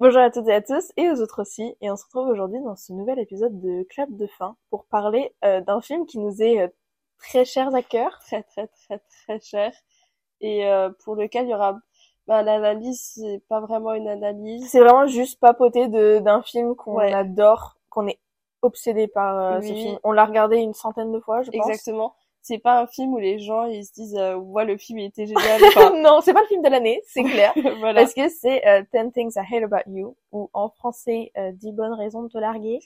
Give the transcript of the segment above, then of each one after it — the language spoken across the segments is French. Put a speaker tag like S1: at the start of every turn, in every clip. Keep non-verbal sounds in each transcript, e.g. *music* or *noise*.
S1: Bonjour à toutes et à tous, et aux autres aussi, et on se retrouve aujourd'hui dans ce nouvel épisode de Club de fin pour parler euh, d'un film qui nous est euh, très cher à cœur, *laughs* très très très très cher, et euh, pour lequel il y aura... Bah, l'analyse, c'est pas vraiment une analyse.
S2: C'est vraiment juste papoter de- d'un film qu'on
S1: Ouais.
S2: adore, qu'on est obsédé par euh, ce
S1: Oui.
S2: film. On l'a regardé une centaine de fois, je pense.
S1: Exactement. C'est pas un film où les gens, ils se disent euh, Ouais, le film, il était génial », enfin,
S2: non, c'est pas le film de l'année, c'est clair.
S1: *laughs* voilà.
S2: parce que c'est euh, Ten Things I Hate About You, ou en français, euh, 10 bonnes raisons de te
S1: *laughs*
S2: larguer.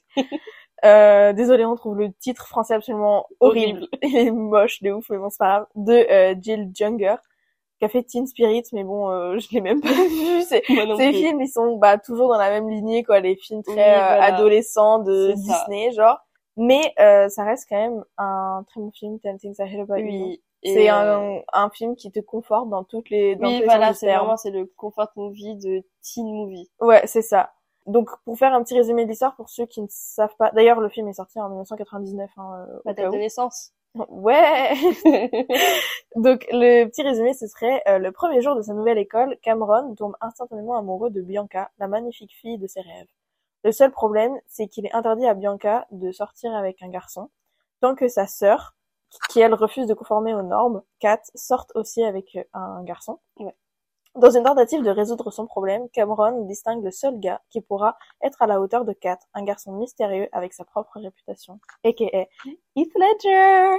S2: euh, désolé, on trouve le titre français absolument horrible. *laughs* Il est moche de ouf, mais bon, c'est pas grave. De euh, Jill Junger, qui a fait Teen Spirit, mais bon, euh, *laughs* je l'ai même pas vu. c'est-
S1: Moi non
S2: Ces
S1: plus.
S2: films, ils sont bah, toujours dans la même lignée, quoi, les films très
S1: Oui,
S2: euh,
S1: voilà.
S2: adolescents de
S1: C'est ça.
S2: Disney, genre. Mais euh, ça reste quand même un très bon film, Ten Things I Hate About You.
S1: Oui. et,
S2: C'est
S1: euh,
S2: un, un film qui te conforte dans toutes les dans tous
S1: Oui,
S2: les
S1: voilà,
S2: sens du
S1: c'est
S2: terme.
S1: vraiment c'est le comfort movie de teen movie.
S2: Ouais, c'est ça. Donc, pour faire un petit résumé de l'histoire, pour ceux qui ne savent pas... D'ailleurs, le film est sorti en 1999, hein, euh, au
S1: Ma
S2: cas
S1: date de
S2: où.
S1: *laughs* naissance.
S2: Ouais
S1: oui,
S2: Donc, le petit résumé, ce serait... euh, le premier jour de sa nouvelle école, Cameron tombe instantanément amoureux de Bianca, la magnifique fille de ses rêves. Le seul problème, c'est qu'il est interdit à Bianca de sortir avec un garçon, tant que sa sœur, qui elle refuse de conformer aux normes, Kat, sorte aussi avec euh, un garçon.
S1: Ouais.
S2: Dans une tentative de résoudre son problème, Cameron distingue le seul gars qui pourra être à la hauteur de Kat, un garçon mystérieux avec sa propre réputation, a.k.a. Heath Ledger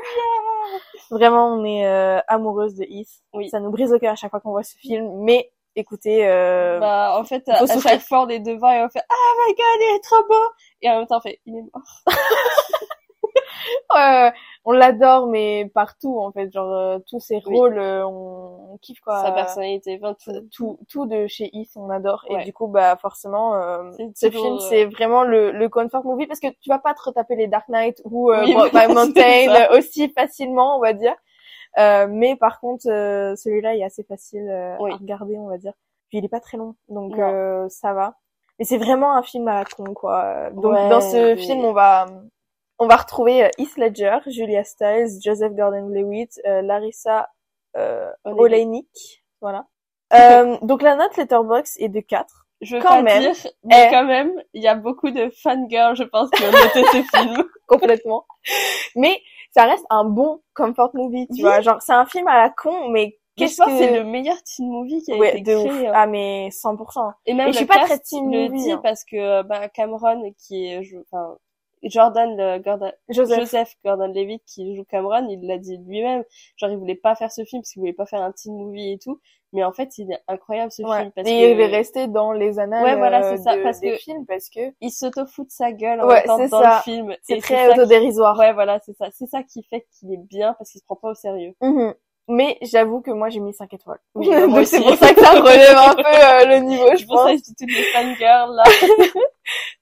S2: Vraiment, on est euh, amoureuse de Heath.
S1: Oui.
S2: Ça nous brise le cœur à chaque fois qu'on voit ce film, mais écoutez... euh,
S1: bah, en fait,
S2: faut
S1: à, à
S2: souffrir.
S1: chaque fois, on est devant et on fait Ah my god, il est trop beau Et en même temps, on fait Il est mort.
S2: Ouais, ouais. on l'adore, mais partout, en fait. Genre, euh, tous ses
S1: Oui.
S2: rôles, euh, on, on kiffe, quoi.
S1: Sa personnalité, enfin, tout.
S2: Tout, tout de chez Heath, on adore.
S1: Ouais.
S2: Et du coup, bah, forcément, euh,
S1: C'est
S2: ce
S1: toujours,
S2: film,
S1: euh,
S2: c'est vraiment le, le comfort movie parce que tu vas pas te retaper les Dark Knight ou euh,
S1: Oui,
S2: Brokeback
S1: *laughs* voilà, c'est
S2: Mountain euh, aussi facilement, on va dire. Euh, mais par contre, euh, celui-là est assez facile euh,
S1: Oui.
S2: à regarder, on va dire. Puis il est pas très long, donc
S1: Non.
S2: euh, ça va. Mais c'est vraiment un film à la con, quoi. Donc
S1: Ouais,
S2: dans ce
S1: mais-
S2: film, on va on va retrouver euh, Heath Ledger, Julia Stiles, Joseph Gordon-Levitt, euh, Larissa euh,
S1: Oleynik.
S2: Oleynik,
S1: *laughs*
S2: voilà. Euh, donc la note Letterbox est de 4.
S1: Je veux
S2: Quand
S1: pas
S2: même.
S1: dire, mais
S2: Eh.
S1: quand même, il y a beaucoup de fangirls, je pense, qui ont noté ce film.
S2: *laughs* complètement. mais ça reste un bon comfort movie, tu
S1: Oui.
S2: vois. Genre, c'est un film à la con, mais
S1: Qu'est-ce
S2: qu'est-ce
S1: que c'est
S2: que...
S1: le meilleur teen movie qui a
S2: Ouais,
S1: été
S2: de
S1: créé.
S2: ouf.
S1: hein.
S2: Ah, mais 100%.
S1: Et
S2: Et
S1: même le
S2: je suis pas
S1: cast
S2: très team
S1: le
S2: movie,
S1: dit
S2: hein.
S1: parce que euh, bah, Cameron qui est je- enfin Jordan le Gordon
S2: Joseph.
S1: Joseph Gordon-Levitt qui joue Cameron, il l'a dit lui-même, genre il voulait pas faire ce film parce qu'il voulait pas faire un teen movie et tout, mais en fait il est incroyable ce
S2: Ouais.
S1: film parce
S2: Et
S1: que
S2: il est resté dans les annales
S1: Ouais, voilà,
S2: euh,
S1: c'est ça,
S2: de-
S1: parce
S2: des
S1: que-
S2: films parce que
S1: il s'auto-fout de sa gueule en
S2: Ouais,
S1: étant
S2: c'est
S1: dans
S2: ça.
S1: le film.
S2: c'est
S1: Et
S2: très
S1: ça qui-
S2: autodérisoire.
S1: Ouais, voilà, c'est ça. C'est ça qui fait qu'il est bien parce qu'il se prend pas au sérieux.
S2: Mhm. Mais j'avoue que moi, j'ai mis 5 étoiles.
S1: Oui, bah,
S2: *laughs*
S1: moi
S2: Donc c'est
S1: aussi.
S2: pour ça que ça relève un peu euh, le niveau, je
S1: C'est pour ça
S2: pense.
S1: que je dis toutes les
S2: *laughs*
S1: fangirls là.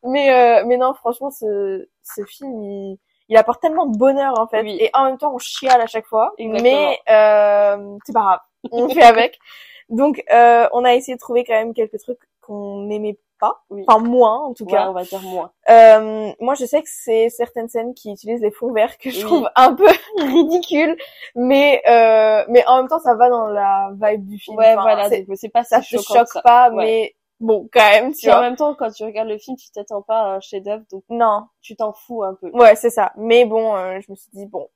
S2: Mais, euh, mais non, franchement, ce, ce film, il, il apporte tellement de bonheur, en fait.
S1: Oui.
S2: Et en même temps, on chiale à chaque fois.
S1: Exactement.
S2: Mais euh, c'est pas grave. On fait avec. Donc, euh, on a essayé de trouver quand même quelques trucs qu'on n'aimait pas.
S1: Oui.
S2: Enfin, moins, en tout
S1: Ouais,
S2: cas.
S1: on va dire moins.
S2: Euh, moi, je sais que c'est certaines scènes qui utilisent les fonds verts que je
S1: Oui.
S2: trouve un peu *laughs* ridicules. Mais, euh, mais en même temps, ça va dans la vibe du film.
S1: Ouais,
S2: Enfin,
S1: voilà,
S2: c'est-
S1: donc c'est pas
S2: ça
S1: si
S2: te
S1: choquant que
S2: choque
S1: ça.
S2: pas,
S1: Ouais.
S2: mais bon, quand même, tu
S1: Puis en
S2: vois.
S1: même temps, quand tu regardes le film, tu t'attends pas à un chef-d'œuvre, donc
S2: Non,
S1: tu t'en fous un peu.
S2: Ouais, c'est ça. Mais bon, euh, je me suis dit, bon,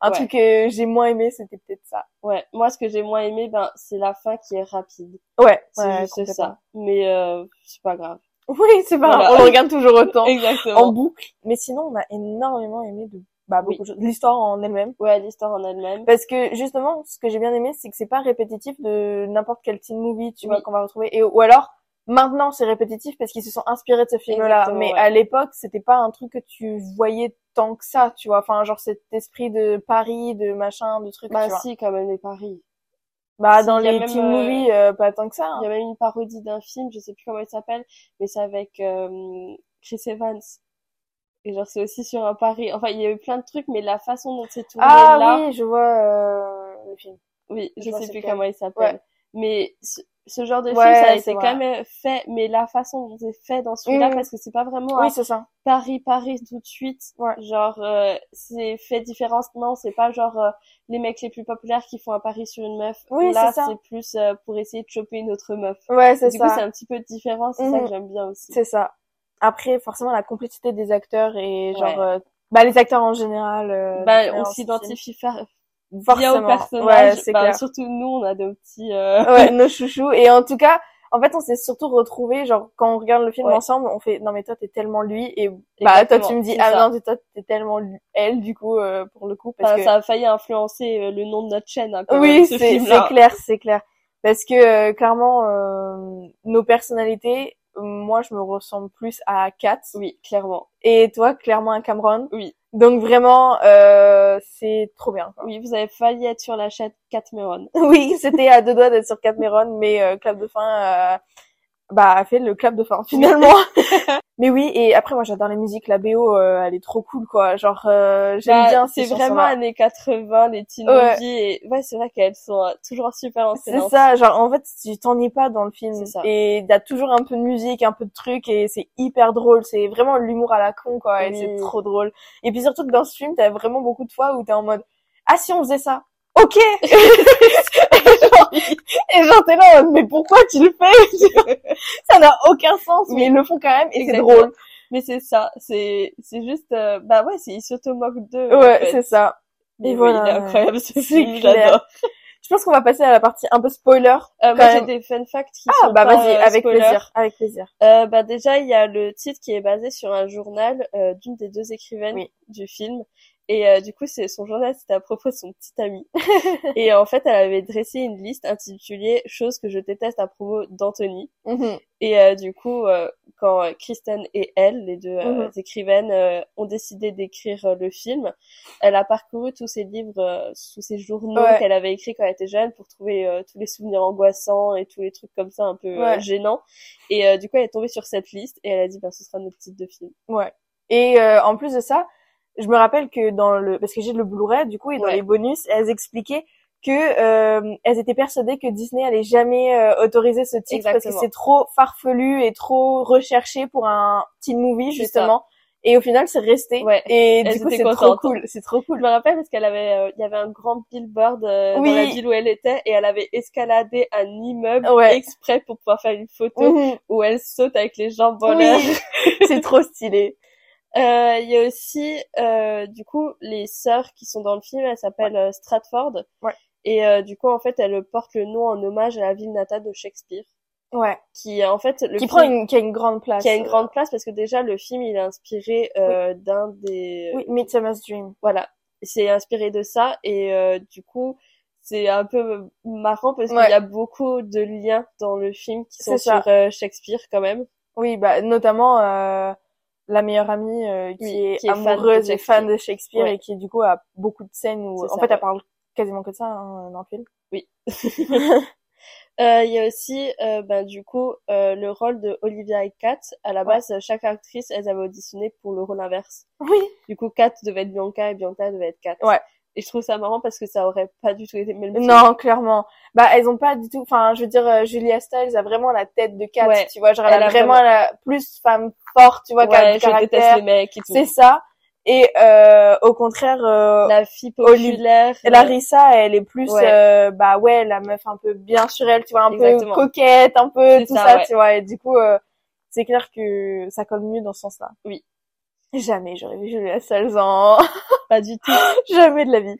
S2: un
S1: Ouais.
S2: truc que j'ai moins aimé, c'était peut-être ça.
S1: Ouais. Moi, ce que j'ai moins aimé, ben, c'est la fin qui est rapide.
S2: Ouais,
S1: C'est
S2: ouais,
S1: juste
S2: complètement. *laughs*
S1: ça. Mais euh, c'est pas grave.
S2: Oui, c'est pas grave,
S1: Voilà.
S2: on le regarde toujours autant, en
S1: Exactement.
S2: boucle. Mais sinon, on a énormément aimé de, bah, beaucoup
S1: Oui.
S2: de choses. L'histoire en elle-même.
S1: Ouais, l'histoire en elle-même.
S2: Parce que, justement, ce que j'ai bien aimé, c'est que c'est pas répétitif de n'importe quel teen movie, tu
S1: Oui.
S2: vois, qu'on va retrouver. Et, ou alors, maintenant, c'est répétitif parce qu'ils se sont inspirés de ce film-là.
S1: Exactement,
S2: Mais
S1: ouais.
S2: à l'époque, c'était pas un truc que tu voyais tant que ça, tu vois. Enfin, genre cet esprit de Paris, de machin, de trucs,
S1: Bah
S2: tu vois.
S1: si, quand même les paris.
S2: Bah,
S1: Si,
S2: dans
S1: il y a
S2: les
S1: même,
S2: teen
S1: euh,
S2: movies, euh, pas tant que ça. hein.
S1: Il y a même une parodie d'un film, je sais plus comment il s'appelle, mais c'est avec euh, Chris Evans. Et genre c'est aussi sur un pari. Enfin, il y a eu plein de trucs, mais la façon dont c'est tourné
S2: Ah
S1: là,
S2: oui, je vois euh, le film.
S1: Oui,
S2: Je
S1: je
S2: vois
S1: sais
S2: c'est
S1: plus
S2: lequel.
S1: comment il s'appelle. Mais ce- ce genre de
S2: Ouais,
S1: film, ça a
S2: c'est
S1: été
S2: vrai.
S1: quand même fait, mais la façon dont c'est fait dans celui-là,
S2: Mhm.
S1: parce que c'est pas vraiment
S2: Oui,
S1: un
S2: c'est ça.
S1: Paris, Paris tout de suite.
S2: Ouais.
S1: Genre, euh, c'est fait différemment. C'est pas genre euh, les mecs les plus populaires qui font un pari sur une meuf.
S2: Oui,
S1: Là,
S2: c'est ça.
S1: c'est plus euh, pour essayer de choper une autre meuf.
S2: Ouais, c'est
S1: Du
S2: ça.
S1: coup, c'est un petit peu différent. C'est ça
S2: Mhm.
S1: que j'aime bien aussi.
S2: C'est ça. Après, forcément, la complicité des acteurs et genre,
S1: Ouais.
S2: euh, bah, les acteurs en général. euh,
S1: Bah,
S2: dans
S1: on
S2: ce
S1: s'identifie fa-
S2: film.
S1: bien au
S2: Forcément.
S1: personnage.
S2: Ouais, c'est
S1: Bah,
S2: clair.
S1: surtout nous, on a des petits. euh,
S2: ouais, nos chouchous. Et en tout cas, en fait, on s'est surtout retrouvés, genre, quand on regarde le film
S1: Ouais.
S2: ensemble, on fait, non, mais toi, t'es tellement lui, et bah, toi, tu
S1: Exactement,
S2: me dis,
S1: c'est
S2: ah
S1: ça. Bah,
S2: non, mais toi, t'es tellement lui- elle, du coup, euh, pour le coup, parce
S1: Enfin,
S2: que...
S1: ça a failli influencer euh, le nom de notre chaîne. hein, quand même,
S2: oui,
S1: ce
S2: c'est c'est
S1: film-là.
S2: clair, c'est clair. Parce que, euh, clairement, euh, nos personnalités, euh, moi, je me ressemble plus à Kat,
S1: Oui, clairement.
S2: et toi, clairement, à Cameron.
S1: Oui.
S2: Donc, vraiment, euh, c'est trop bien, quoi. *laughs*
S1: Oui, vous avez failli être sur la chaîne Catmeron.
S2: Oui, c'était à deux doigts d'être sur Catmeron, mais euh, clap de fin, euh, bah, a fait le clap de fin *laughs*
S1: *laughs*
S2: finalement. mais oui, et après moi j'adore les musiques, la BO, euh, elle est trop cool quoi. Genre euh, j'aime
S1: Bah,
S2: bien ces
S1: c'est vraiment
S2: chansons-là.
S1: années 80, les teen
S2: Ouais.
S1: movies, et ouais, c'est vrai qu'elles sont euh, toujours super hein.
S2: C'est
S1: entraînantes.
S2: ça, genre en fait tu t'ennuies pas dans le film
S1: C'est ça.
S2: et t'as toujours un peu de musique, un peu de trucs et c'est hyper drôle. C'est vraiment l'humour à la con quoi et
S1: Oui.
S2: c'est trop drôle. Et puis surtout que dans ce film t'as vraiment beaucoup de fois où t'es en mode ah si on faisait ça, ok.
S1: *laughs*
S2: *laughs* et genre et genre, t'es là en mode, mais pourquoi tu le fais *laughs* Ça n'a aucun sens mais ils le font quand même et c'est
S1: Exactement.
S2: drôle.
S1: Mais c'est ça, c'est, c'est juste, euh, bah ouais, c'est, ils s'automoquent d'eux. en
S2: Ouais
S1: fait.
S2: c'est ça. Et
S1: Mais oui,
S2: voilà,
S1: il est
S2: ouais.
S1: incroyable ce
S2: C'est
S1: film,
S2: clair.
S1: j'adore.
S2: Je pense qu'on va passer à la partie un peu spoiler.
S1: Euh,
S2: Quand
S1: moi, j'ai
S2: même.
S1: des fun facts qui
S2: Ah
S1: sont
S2: bah
S1: pas,
S2: vas-y
S1: euh,
S2: avec
S1: spoilers.
S2: plaisir, avec plaisir.
S1: Euh, bah déjà, il y a le titre qui est basé sur un journal euh, d'une des deux écrivaines
S2: Oui.
S1: du film. Et euh, du coup, c'est son journal, c'était à propos de son petit ami. *laughs* et en fait, elle avait dressé une liste intitulée "Choses que je déteste à propos d'Anthony". Et euh, du coup, euh, quand euh, Kristen et elle, les deux euh,
S2: Mhm.
S1: écrivaines, euh, ont décidé d'écrire euh, le film, elle a parcouru tous ses livres, euh, tous ses journaux
S2: Ouais.
S1: qu'elle avait écrits quand elle était jeune pour trouver euh, tous les souvenirs angoissants et tous les trucs comme ça un peu euh,
S2: Ouais.
S1: gênants. Et euh, du coup, elle est tombée sur cette liste et elle a dit, ben, ce sera notre titre de film.
S2: Ouais. Et euh, en plus de ça, je me rappelle que dans le parce que j'ai le Blu-ray du coup et dans
S1: Ouais.
S2: les bonus, elles expliquaient que euh, elles étaient persuadées que Disney allait jamais euh, autoriser ce titre parce
S1: Exactement.
S2: que c'est trop farfelu et trop recherché pour un teen movie
S1: C'est
S2: justement. Et au final, c'est resté.
S1: Ouais.
S2: Et
S1: Elles
S2: du coup,
S1: étaient
S2: c'est trop
S1: contentes.
S2: cool. C'est trop
S1: Je
S2: cool.
S1: me rappelle parce qu'elle avait, euh, il y avait un grand billboard euh, dans
S2: Oui.
S1: la ville où elle était et elle avait escaladé un immeuble
S2: Ouais.
S1: exprès pour pouvoir faire une photo
S2: Mhm.
S1: où elle saute avec les jambes en
S2: Oui.
S1: l'air.
S2: *laughs* c'est trop stylé.
S1: Euh, Il y a aussi, euh, du coup, les sœurs qui sont dans le film, elles s'appellent euh, Stratford.
S2: Ouais.
S1: Et euh, du coup, en fait, elles portent le nom en hommage à la ville natale de Shakespeare,
S2: Ouais.
S1: qui est en fait le
S2: Qui
S1: film
S2: prend une qui a une grande place.
S1: qui a une
S2: euh,
S1: grande place parce que déjà le film il est inspiré euh, d'un des
S2: Oui, Midsummer's Dream.
S1: voilà, c'est inspiré de ça et euh, du coup c'est un peu marrant parce
S2: Ouais.
S1: qu'il y a beaucoup de liens dans le film qui sont
S2: C'est ça.
S1: sur euh, Shakespeare quand même.
S2: Oui, bah notamment euh, la meilleure amie euh, qui,
S1: Oui,
S2: est
S1: qui est fan de
S2: amoureuse et fan de Shakespeare
S1: Ouais.
S2: et qui du coup a beaucoup de scènes où
S1: C'est
S2: en
S1: ça,
S2: fait
S1: ouais.
S2: elle parle quasiment que de ça hein, dans le film.
S1: Euh, Il y a aussi, euh, ben, du coup, euh, le rôle de Olivia et Kat. À la base, chaque actrice, elles avaient auditionné pour le rôle inverse.
S2: Oui.
S1: Du coup, Kat devait être Bianca et Bianca devait être Kat.
S2: Ouais.
S1: Et je trouve ça marrant parce que ça aurait pas du tout été le même film.
S2: Non, clairement. Bah elles ont pas du tout. Enfin, je veux dire, euh, Julia Stiles a vraiment la tête de Kat,
S1: Ouais.
S2: tu vois. Genre elle,
S1: Elle
S2: a
S1: a
S2: vraiment la plus femme forte, tu vois, qui a
S1: Ouais,
S2: du
S1: je déteste les
S2: caractère.
S1: mecs et tout.
S2: C'est ça. Et euh, au contraire, euh,
S1: La fille populaire. euh,
S2: Larissa, elle est plus,
S1: Ouais.
S2: euh, bah ouais, la meuf un peu bien sur elle, tu vois, un
S1: Exactement.
S2: peu coquette, un peu
S1: C'est
S2: tout
S1: ça,
S2: ça,
S1: ouais.
S2: tu vois. Et du coup, euh, c'est clair que ça colle mieux dans ce sens-là.
S1: Oui.
S2: Jamais j'aurais vu Julia Stiles en...
S1: Pas du tout.
S2: *laughs* Jamais de la vie.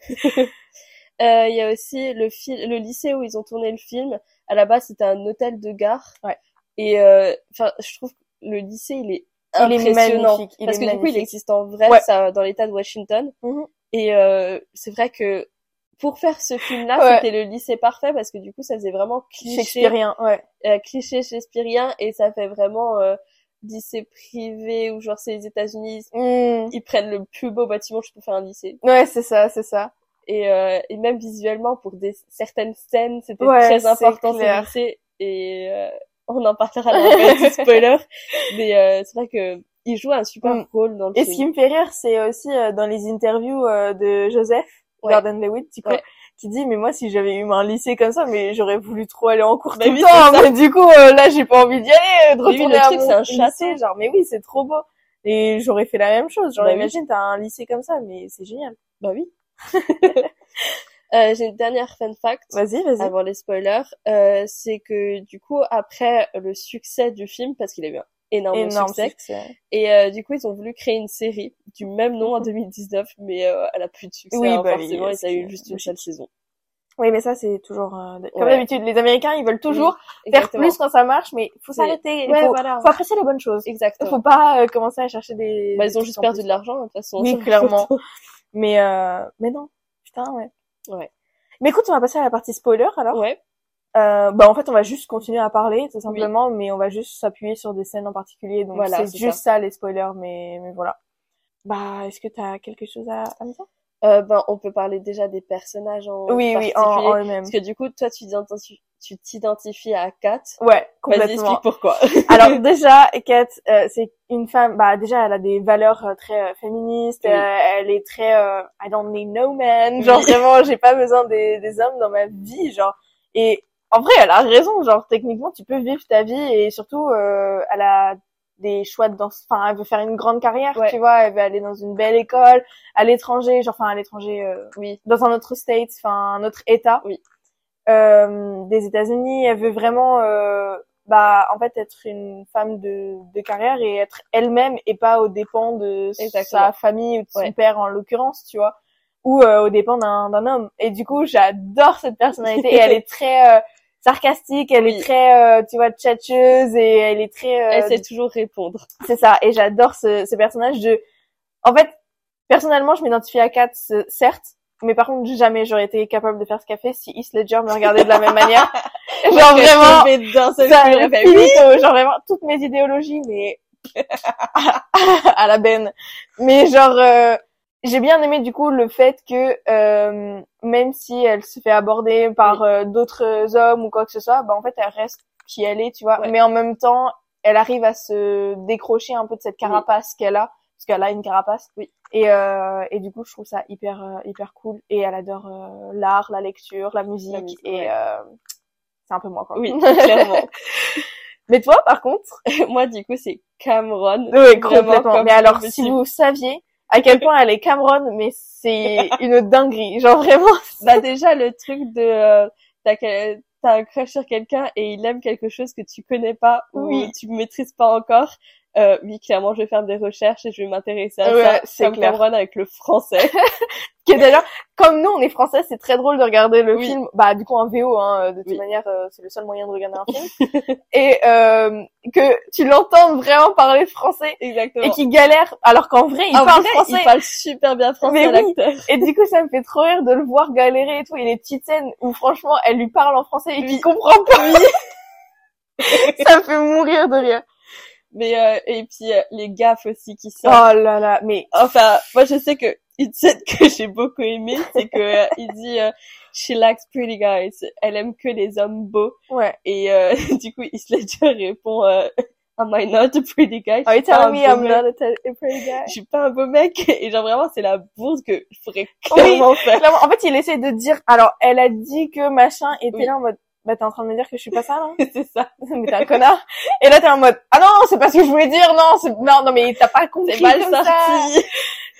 S1: Euh, Il y a aussi le fil- le lycée où ils ont tourné le film. À la base, c'était un hôtel de gare.
S2: Ouais.
S1: Et, euh, enfin, je trouve que le lycée, il est
S2: Il est
S1: impressionnant.
S2: magnifique. Il
S1: parce
S2: est
S1: que du coup, il
S2: magnifique.
S1: existe en vrai,
S2: Ouais.
S1: ça, dans l'État de Washington.
S2: Mhm.
S1: Et euh, c'est vrai que pour faire ce film-là,
S2: Ouais.
S1: c'était le lycée parfait parce que du coup, ça faisait vraiment cliché,
S2: Shakespearean, ouais.
S1: euh, cliché shakespearien et ça fait vraiment euh, lycée privé ou genre c'est les États-Unis,
S2: Mm.
S1: ils prennent le plus beau bâtiment je peux faire un lycée.
S2: Ouais, c'est ça, c'est ça.
S1: Et, euh, et même visuellement pour des certaines scènes, c'était
S2: Ouais,
S1: très
S2: c'est
S1: important ce
S2: clair.
S1: lycée et euh, on en parlera dans
S2: *laughs*
S1: le spoiler. Mais euh, c'est vrai que il joue un super
S2: Mm.
S1: rôle dans le
S2: Et ce
S1: film.
S2: qui me fait rire, c'est aussi euh, dans les interviews euh, de Joseph
S1: Ouais.
S2: Gordon-Lewitt, du coup,
S1: Ouais.
S2: qui dit mais moi si j'avais eu un lycée comme ça mais j'aurais voulu trop aller en cours
S1: Bah
S2: tout
S1: oui,
S2: le
S1: c'est
S2: temps mais du coup euh, là j'ai pas envie d'y aller euh, de
S1: Mais oui,
S2: retourner
S1: le
S2: à
S1: truc,
S2: mon
S1: c'est un
S2: lycée,
S1: château.
S2: genre mais oui c'est trop beau et j'aurais fait la même chose genre
S1: Bah oui.
S2: imagine t'as un lycée comme ça mais c'est génial
S1: Bah oui. *laughs* Euh, J'ai une dernière fun fact
S2: vas-y vas-y
S1: avant les spoilers. Euh, c'est que du coup, après le succès du film, parce qu'il a eu un énorme,
S2: énorme
S1: succès,
S2: succès.
S1: et euh, du coup, ils ont voulu créer une série du même
S2: *laughs*
S1: nom en 2019, mais euh, elle a plus de succès,
S2: Oui,
S1: hein,
S2: bah oui,
S1: forcément, et ça a
S2: c'est
S1: eu juste une seule saison.
S2: oui mais ça c'est toujours euh, comme
S1: Ouais.
S2: d'habitude les Américains ils veulent toujours faire
S1: Exactement.
S2: plus quand ça marche mais faut
S1: Mais-
S2: s'arrêter il
S1: Ouais,
S2: faut,
S1: voilà.
S2: faut apprécier les bonnes choses
S1: Exactement.
S2: faut pas euh, commencer à chercher des
S1: Bah,
S2: des
S1: ils ont
S2: trucs
S1: juste
S2: en
S1: perdu
S2: plus.
S1: de l'argent, de toute façon.
S2: Oui, clairement. mais euh, mais non putain ouais
S1: Ouais.
S2: mais écoute on va passer à la partie spoiler alors
S1: *laughs* ouais.
S2: Euh, bah en fait on va juste continuer à parler tout simplement mais on va juste s'appuyer sur des scènes en particulier donc
S1: Voilà,
S2: c'est
S1: c'est
S2: juste ça. les spoilers mais mais voilà bah est-ce que t'as quelque chose à, à me dire
S1: Euh, ben, on peut parler déjà des personnages en
S2: oui oui en,
S1: particulier.
S2: en eux-mêmes
S1: Parce que du coup, toi, tu t'identifies, tu t'identifies à Kat.
S2: ouais
S1: Vas-y,
S2: complètement
S1: explique pourquoi.
S2: alors déjà Kat euh, c'est une femme bah déjà elle a des valeurs euh, très euh, féministes
S1: Oui.
S2: euh, elle est très euh, I don't need no man genre
S1: Oui.
S2: vraiment j'ai pas besoin des des hommes dans ma vie genre et en vrai elle a raison genre techniquement tu peux vivre ta vie et surtout euh, elle a des choix de danse enfin elle veut faire une grande carrière
S1: Ouais.
S2: tu vois elle veut aller dans une belle école à l'étranger genre enfin à l'étranger euh,
S1: *laughs* oui.
S2: dans un autre state, enfin un autre état
S1: Oui.
S2: euh, des États-Unis. Elle veut vraiment, euh, bah, en fait, être une femme de, de carrière et être elle-même et pas aux dépens de sa
S1: Exactement.
S2: famille ou de son
S1: Ouais.
S2: père en l'occurrence, tu vois, ou euh, aux dépens d'un d'un homme. Et du coup, j'adore cette personnalité.
S1: *laughs*
S2: et elle est très euh, sarcastique, elle est
S1: Oui.
S2: très, euh, tu vois, tchatcheuse et elle est très. euh,
S1: Elle sait toujours *laughs* répondre.
S2: c'est ça. Et j'adore ce, ce personnage de. En fait, personnellement, je m'identifie à Kat, ce- certes, mais par contre, jamais j'aurais été capable de faire ce qu'a fait si Heath Ledger me regardait de la même manière. Genre vraiment,
S1: Dans
S2: ça,
S1: ça,
S2: finito, genre vraiment toutes mes idéologies, mais *laughs* à la benne. Mais genre, euh, j'ai bien aimé du coup le fait que euh, même si elle se fait aborder par euh, d'autres hommes ou quoi que ce soit, bah en fait elle reste qui elle est, tu vois.
S1: Ouais.
S2: Mais en même temps, elle arrive à se décrocher un peu de cette carapace qu'elle a, parce qu'elle a une carapace.
S1: Oui.
S2: Et, euh, et du coup, je trouve ça hyper euh, hyper cool. Et elle adore euh, l'art, la lecture, la musique.
S1: musique,
S2: et
S1: ouais.
S2: euh, c'est un peu moi, quoi. *laughs*
S1: Oui, clairement.
S2: Mais toi, par contre, *laughs*
S1: *laughs* Moi, du coup, c'est Cameron.
S2: oui,
S1: Vraiment
S2: complètement.
S1: comme
S2: Mais alors,
S1: possible.
S2: si vous saviez à quel point elle est Cameron, mais
S1: *laughs*
S2: c'est une dinguerie. Genre vraiment. *laughs*
S1: Bah, déjà, le truc de, euh, t'as quel- t'as un crush sur quelqu'un et il aime quelque chose que tu connais pas ou
S2: Oui.
S1: tu maîtrises pas encore. Euh, oui, clairement, je vais faire des recherches et je vais m'intéresser à
S2: Ouais,
S1: ça.
S2: c'est
S1: comme
S2: clair.
S1: Cameron avec le
S2: *laughs*
S1: français. *laughs*
S2: Qui est d'ailleurs, comme nous, on est français, c'est très drôle de regarder le
S1: Oui.
S2: film. Bah, du coup, en VO, hein, de toute
S1: Oui.
S2: manière, euh, c'est le seul moyen de regarder un film.
S1: *laughs*
S2: et euh, que tu l'entends vraiment parler français
S1: Exactement.
S2: et qu'il galère, alors qu'en vrai, il
S1: En
S2: parle
S1: vrai,
S2: français.
S1: Il parle super bien français,
S2: Mais oui.
S1: l'acteur.
S2: Et du coup, ça me fait trop rire de le voir galérer et tout. Et les petites scènes où, franchement, elle lui parle en français et
S1: Oui.
S2: qu'il comprend pas. *laughs* ça me fait mourir de rire.
S1: Mais, euh, et puis, euh, les gaffes aussi qui sortent.
S2: Oh là là, mais
S1: Enfin, moi je sais que une scène *laughs* que j'ai beaucoup aimée, c'est que euh, il dit euh, she likes pretty guys. Elle aime que les hommes beaux.
S2: ouais.
S1: Et euh, *laughs* du coup, Heath Ledger répond euh, Am I not a pretty guy?
S2: Are you
S1: Je suis pas un
S2: telling me I'm
S1: beau mec.
S2: not a, tel- a pretty guy?
S1: Je suis pas un beau mec. *laughs* Et genre vraiment, c'est la bourse que je pourrais clairement faire. *laughs*
S2: Clairement, en fait, il essaie de dire. Alors, elle a dit que machin était
S1: Oui.
S2: là en mode. Bah, t'es en train de me dire que je suis pas ça, là?
S1: c'est ça.
S2: *laughs* mais t'es un connard. Et là, t'es en mode. Ah non, c'est pas ce que je voulais dire. Non, c'est non, non, mais t'as pas compris
S1: C'est mal
S2: comme ça.
S1: sorti.